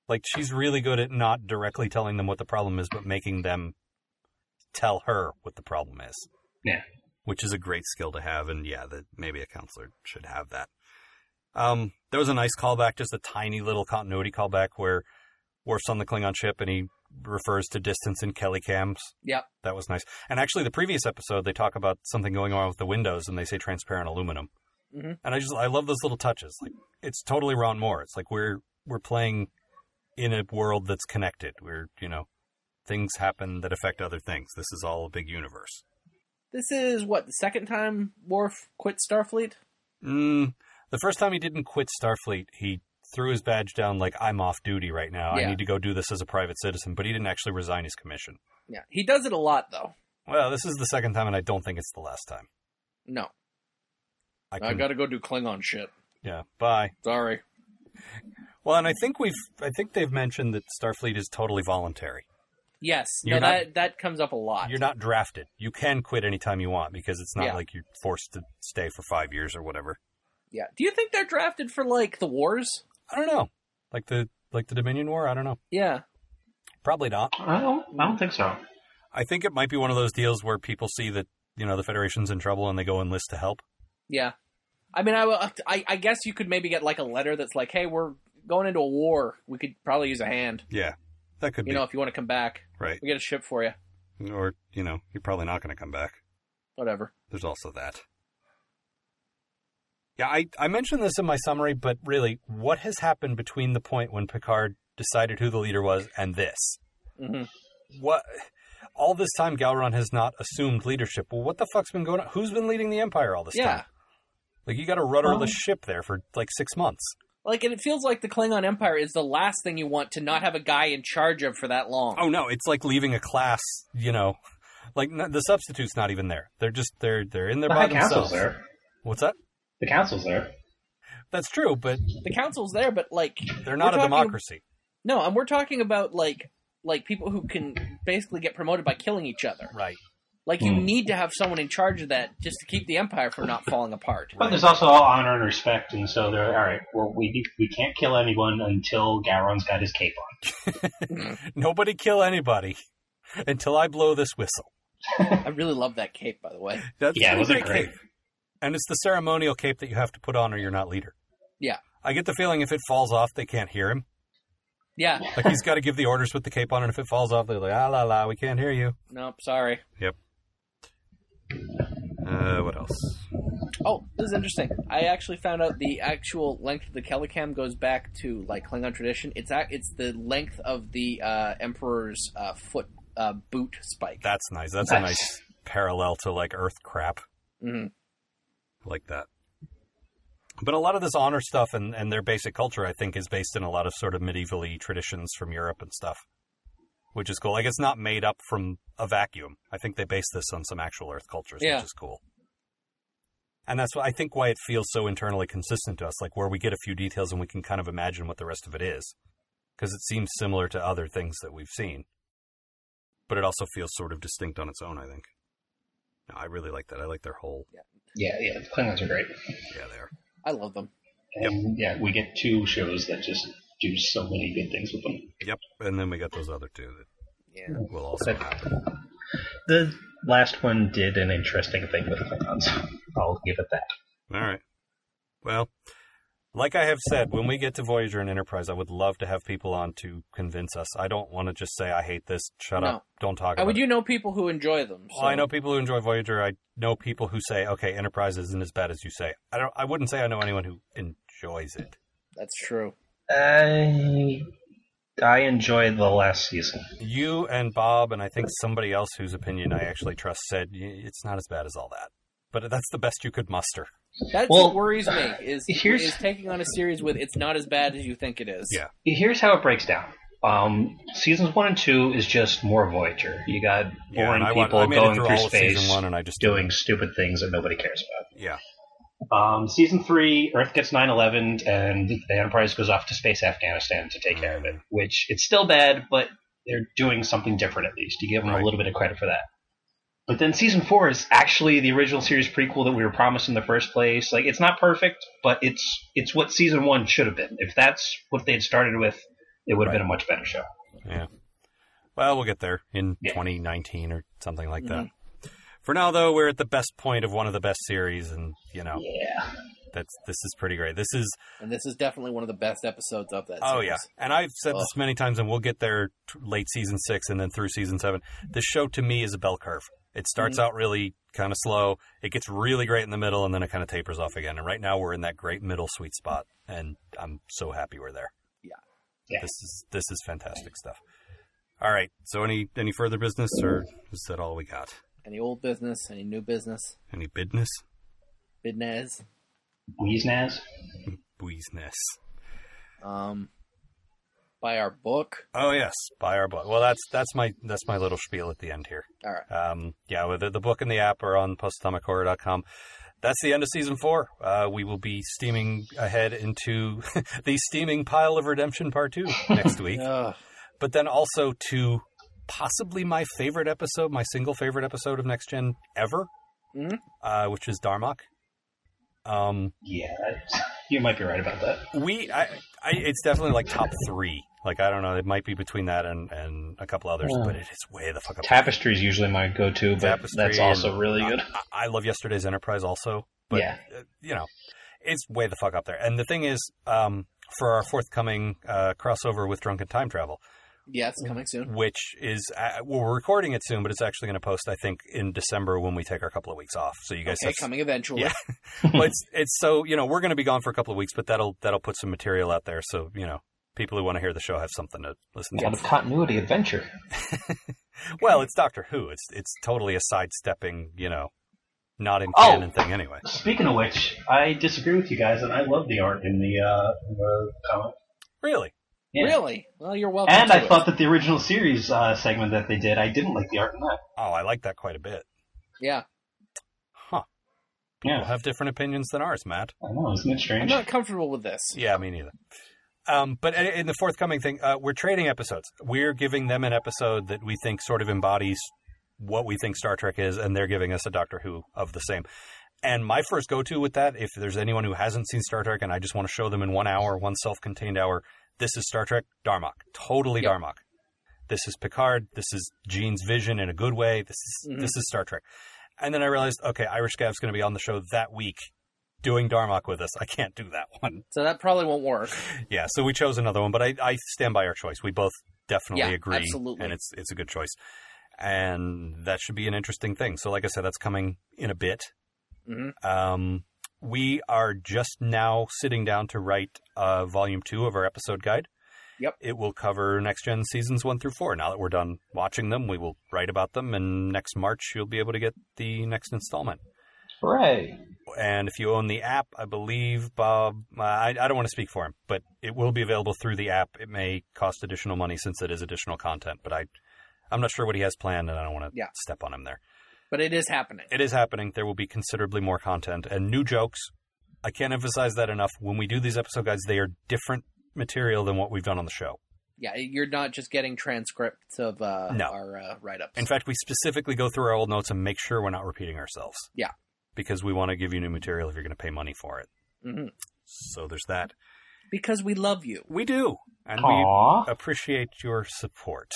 S2: Like she's really good at not directly telling them what the problem is, but making them tell her what the problem is.
S4: Yeah.
S2: which is a great skill to have, and yeah, that maybe a counselor should have that. Um, there was a nice callback, just a tiny little continuity callback where Worf's on the Klingon ship and he refers to distance in Kelly cams.
S3: Yeah.
S2: That was nice. And actually, the previous episode, they talk about something going on with the windows, and they say transparent aluminum.
S3: Mhm.
S2: And I just I love those little touches. Like it's totally Ron Moore. It's like we're we're playing in a world that's connected. We're you know things happen that affect other things. This is all a big universe.
S3: This is what the second time Worf quit Starfleet.
S2: Mm, the first time he didn't quit Starfleet, he threw his badge down like I'm off duty right now. I
S3: Yeah.
S2: need to go do this as a private citizen. But he didn't actually resign his commission.
S3: Yeah, he does it a lot though.
S2: Well, this is the second time, and I don't think it's the last time.
S3: No,
S2: I,
S3: I
S2: can,
S3: gotta go do Klingon shit.
S2: yeah. Bye.
S3: Sorry.
S2: Well, and I think we've I think they've mentioned that Starfleet is totally voluntary.
S3: Yes,
S2: You're
S3: no,
S2: not-
S3: that that comes up a lot.
S2: You're not drafted. You can quit anytime you want because it's not
S3: Yeah.
S2: like you're forced to stay for five years or whatever.
S3: Yeah. Do you think they're drafted for like the wars?
S2: I don't know. Like the like the Dominion War, I don't know.
S3: Yeah.
S2: Probably not.
S4: I don't, I don't think so.
S2: I think it might be one of those deals where people see that, you know, the Federation's in trouble and they go enlist to help.
S3: Yeah. I mean, I, will- I I guess you could maybe get like a letter that's like, hey, we're going into a war. We could probably use a hand.
S2: Yeah. That could
S3: You
S2: be
S3: know, if you want to come back,
S2: right.
S3: we got a ship for you.
S2: Or, you know, you're probably not gonna come back.
S3: Whatever.
S2: There's also that. Yeah, I, I mentioned this in my summary, but really, what has happened between the point when Picard decided who the leader was and this?
S4: Mm-hmm.
S3: hmm
S2: What all this time Galron has not assumed leadership. Well, what the fuck's been going on? Who's been leading the Empire all this
S3: Yeah.
S2: time? Like you got a
S4: Um,
S2: rudderless ship there for like six months.
S3: Like, and it feels like the Klingon Empire is the last thing you want to not have a guy in charge of for that long.
S2: Oh no, it's like leaving a class. You know, like n the substitute's not even there. They're just they're they're in there
S4: The
S2: by
S4: High Council's
S2: themselves.
S4: there.
S2: What's that?
S4: The Council's there.
S2: That's true, but
S3: The council's there, but like,
S2: they're not a
S3: we're talking-
S2: democracy.
S3: No, and we're talking about like like people who can basically get promoted by killing each other.
S2: Right.
S3: Like you need to have someone in charge of that just to keep the empire from not falling apart.
S4: But there's also honor and respect, and so they're all right. Well, we we can't kill anyone until Gowron's got his cape on.
S2: Nobody kill anybody until I blow this whistle.
S3: I really love that cape, by the way.
S2: That's
S4: Yeah, it
S2: a
S4: was a great-
S2: cape. And it's the ceremonial cape that you have to put on, or you're not leader.
S3: Yeah.
S2: I get the feeling if it falls off, they can't hear him.
S3: Yeah.
S2: Like he's got to give the orders with the cape on, and if it falls off, they're like, ah la la, we can't hear you.
S3: Nope. Sorry.
S2: Uh, what else?
S3: Oh, this is interesting. I actually found out the actual length of the Kelicam goes back to like Klingon tradition. It's ac it's the length of the uh, Emperor's uh, foot uh, boot spike.
S2: That's nice. That's a
S4: Nice.
S2: nice parallel to like Earth crap.
S3: Mhm.
S2: like that. But a lot of this honor stuff and, and their basic culture, I think, is based in a lot of sort of medievally traditions from Europe and stuff, which is cool. Like it's not made up from a vacuum. I think they base this on some actual Earth cultures,
S3: Yeah.
S2: which is cool. And that's what I think why it feels so internally consistent to us, like where we get a few details and we can kind of imagine what the rest of it is, because it seems similar to other things that we've seen. But it also feels sort of distinct on its own. I think. No, I really like that. I like their whole
S4: Yeah, yeah, the Klingons are great,
S2: yeah there.
S3: I love them.
S4: and yeah, we get two shows that just do so many good things with them.
S2: Yep, and then we got those other two that
S3: Yeah.
S2: will also happen.
S4: The last one did an interesting thing with Klingons. I'll give it that.
S2: All right. Well, like I have said, when we get to Voyager and Enterprise, I would love to have people on to convince us. I don't want to just say I hate this. Shut
S3: No.
S2: up. Don't talk
S3: And
S2: about
S3: we
S2: it.
S3: do know people who enjoy them. So.
S2: Well, I know people who enjoy Voyager. I know people who say, "Okay, Enterprise isn't as bad as you say." I don't. I wouldn't say I know anyone who enjoys it.
S3: That's true.
S4: I I enjoyed the last season.
S2: You and Bob, and I think somebody else whose opinion I actually trust, said "Y- it's not as bad as all that. But that's the best you could muster.
S3: That's
S4: Well,
S3: what worries me is
S4: here's-
S3: is taking on a series with it's not as bad as you think it is.
S2: Yeah.
S4: Here's how it breaks down. Um, seasons one and two is just more Voyager. You got boring
S2: and I, wa-
S4: people
S2: I made
S4: going
S2: it through
S4: through
S2: all of
S4: space,
S2: season one, and I just
S4: doing stupid things that nobody cares about.
S2: Yeah.
S4: Um, season three, Earth gets 9-11, and the Enterprise goes off to space Afghanistan to take care of it. Which it's still bad, but they're doing something different at least. You give them
S2: Right.
S4: a little bit of credit for that. But then season four is actually the original series prequel that we were promised in the first place. Like it's not perfect, but it's it's what season one should have been. If that's what they had started with, it would have
S2: Right.
S4: been a much better show.
S2: Yeah. Well, we'll get there in
S4: Yeah. Mm-hmm.
S2: 2019 or something like that. For now, though, we're at the best point of one of the best series, and you know
S4: Yeah.
S2: that's this is pretty great. This is
S3: And this is definitely one of the best episodes of that.
S2: oh
S3: series.
S2: yeah, and I've said this
S3: Ugh.
S2: many times, and we'll get there t- late season six and then through season seven. This show to me is a bell curve. It starts
S3: Mm-hmm.
S2: out really kind of slow, it gets really great in the middle, and then it kind of tapers off again. And right now, we're in that great middle sweet spot, and I'm so happy we're there.
S3: Yeah.
S4: Yeah.
S2: this is this is fantastic stuff. All right, so any any further business, or is that all we got?
S3: Any old business, any new business,
S2: Any business?
S3: business.
S4: Weeznaz.
S2: Business.
S3: Um, buy our book.
S2: Oh yes, buy our book. Well, that's that's my that's my little spiel at the end here.
S3: All right.
S2: Um, yeah, well, the, the book and the app are on postatomichorror.com. That's the end of season four. Uh, we will be steaming ahead into the steaming pile of redemption part two next week.
S3: Ugh.
S2: But then also to possibly my favorite episode, my single favorite episode of Next Gen ever,
S3: Mhm.
S2: uh, which is Darmok. Um,
S4: Yeah, you might be right about that.
S2: we I, I it's definitely like top three like i don't know it might be between that and and a couple others
S4: Yeah.
S2: but it is way the fuck up
S4: Tapestry is usually my go-to, but
S2: Tapestry
S4: that's also
S2: and-
S4: really good.
S2: I, I love yesterday's enterprise also but
S4: yeah,
S2: uh, you know it's way the fuck up there and the thing is um for our forthcoming uh crossover with drunken time travel
S3: Yeah, it's coming soon.
S2: which is uh, well, we're recording it soon but it's actually going to post i think in december when we take our couple of weeks off so you guys
S3: Okay,
S2: have
S3: coming eventually.
S2: Yeah. well, it's it's so you know we're going to be gone for a couple of weeks, but that'll that'll put some material out there. So you know people who want to hear the show have something to listen to.
S4: kind of continuity adventure.
S2: Well, it's Doctor Who. It's it's totally a sidestepping you know not in
S4: Oh.
S2: canon thing anyway.
S4: Speaking of which, I disagree with you guys, and I love the art in the, uh, in the comic.
S2: Really?
S4: Yeah.
S3: Really? Well, you're welcome.
S4: And
S3: to
S4: I
S3: it.
S4: thought that the original series uh, segment that they did, I didn't like the art in that.
S2: Oh, I like that quite a bit.
S3: Yeah,
S2: We'll
S4: Yeah,
S2: have different opinions than ours, Matt.
S4: I know, isn't it
S3: I'm
S4: strange?
S3: not comfortable with this.
S2: Yeah, me neither. Um, but in in the forthcoming thing, uh, we're trading episodes. We're giving them an episode that we think sort of embodies what we think Star Trek is, and they're giving us a Doctor Who of the same. And my first go to with that, if there's anyone who hasn't seen Star Trek and I just want to show them in one hour, one self contained hour, this is Star Trek, Darmok. Totally
S3: Yep.
S2: Darmok. This is Picard. This is Gene's vision in a good way. This is,
S3: Mhm.
S2: this is Star Trek. And then I realized, okay, Irish Gav's going to be on the show that week doing Darmok with us. I can't do that one.
S3: So that probably won't work.
S2: Yeah, so we chose another one, but I, I stand by our choice. We both definitely
S3: Yeah,
S2: agree,
S3: absolutely.
S2: and it's it's a good choice, and that should be an interesting thing. So, like I said, that's coming in a bit.
S3: Mhm.
S2: Um, we are just now sitting down to write uh, volume two of our episode guide.
S3: Yep.
S2: it will cover next gen seasons one through four. Now that we're done watching them, we will write about them, and next March you'll be able to get the next installment.
S4: Hooray!
S2: And if you own the app, I believe Bob, uh, I, I don't want to speak for him, but it will be available through the app. It may cost additional money since it is additional content, but I, I'm not sure what he has planned, and I don't want to
S3: Yeah.
S2: step on him there.
S3: But it is happening.
S2: It is happening. There will be considerably more content and new jokes. I can't emphasize that enough. When we do these episode guides, they are different material than what we've done on the show.
S3: Yeah, you're not just getting transcripts of uh,
S2: No.
S3: our uh, write ups.
S2: In fact, we specifically go through our old notes and make sure we're not repeating ourselves.
S3: Yeah.
S2: Because we want to give you new material if you're going to pay money for it.
S3: hmm
S2: So there's that.
S3: Because we love you.
S2: We do. And
S4: Aw.
S2: we appreciate your support.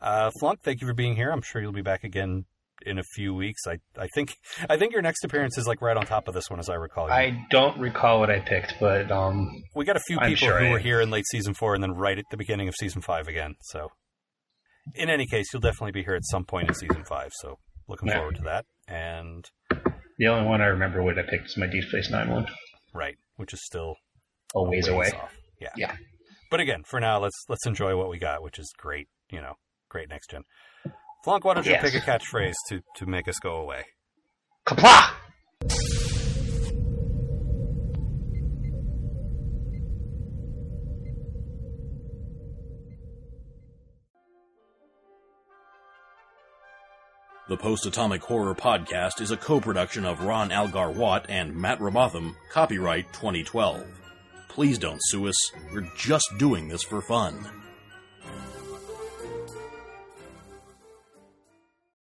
S2: Uh, Flunk, thank you for being here. I'm sure you'll be back again in a few weeks. I, I think I think your next appearance is like right on top of this one, as I recall.
S4: I don't recall what I picked, but um,
S2: we got a few
S4: I'm
S2: people
S4: sure
S2: who
S4: I
S2: were
S4: am.
S2: here in late season four and then right at the beginning of season five again. So, in any case, you'll definitely be here at some point in season five. So, looking
S4: Yeah.
S2: forward to that. And
S4: the only one I remember what I picked is my Deep Space Nine one.
S2: right, which is still
S4: A ways away.
S2: off. Yeah.
S3: Yeah.
S2: But again, for now, let's let's enjoy what we got, which is great. You know, great next gen. Flunk, why don't you
S4: Yes.
S2: pick a catchphrase to to make us go away?
S4: Kapla!
S10: The Post Atomic Horror Podcast is a co production of Ron Algar Watt and Matt Robotham, copyright 2012. Please don't sue us, we're just doing this for fun.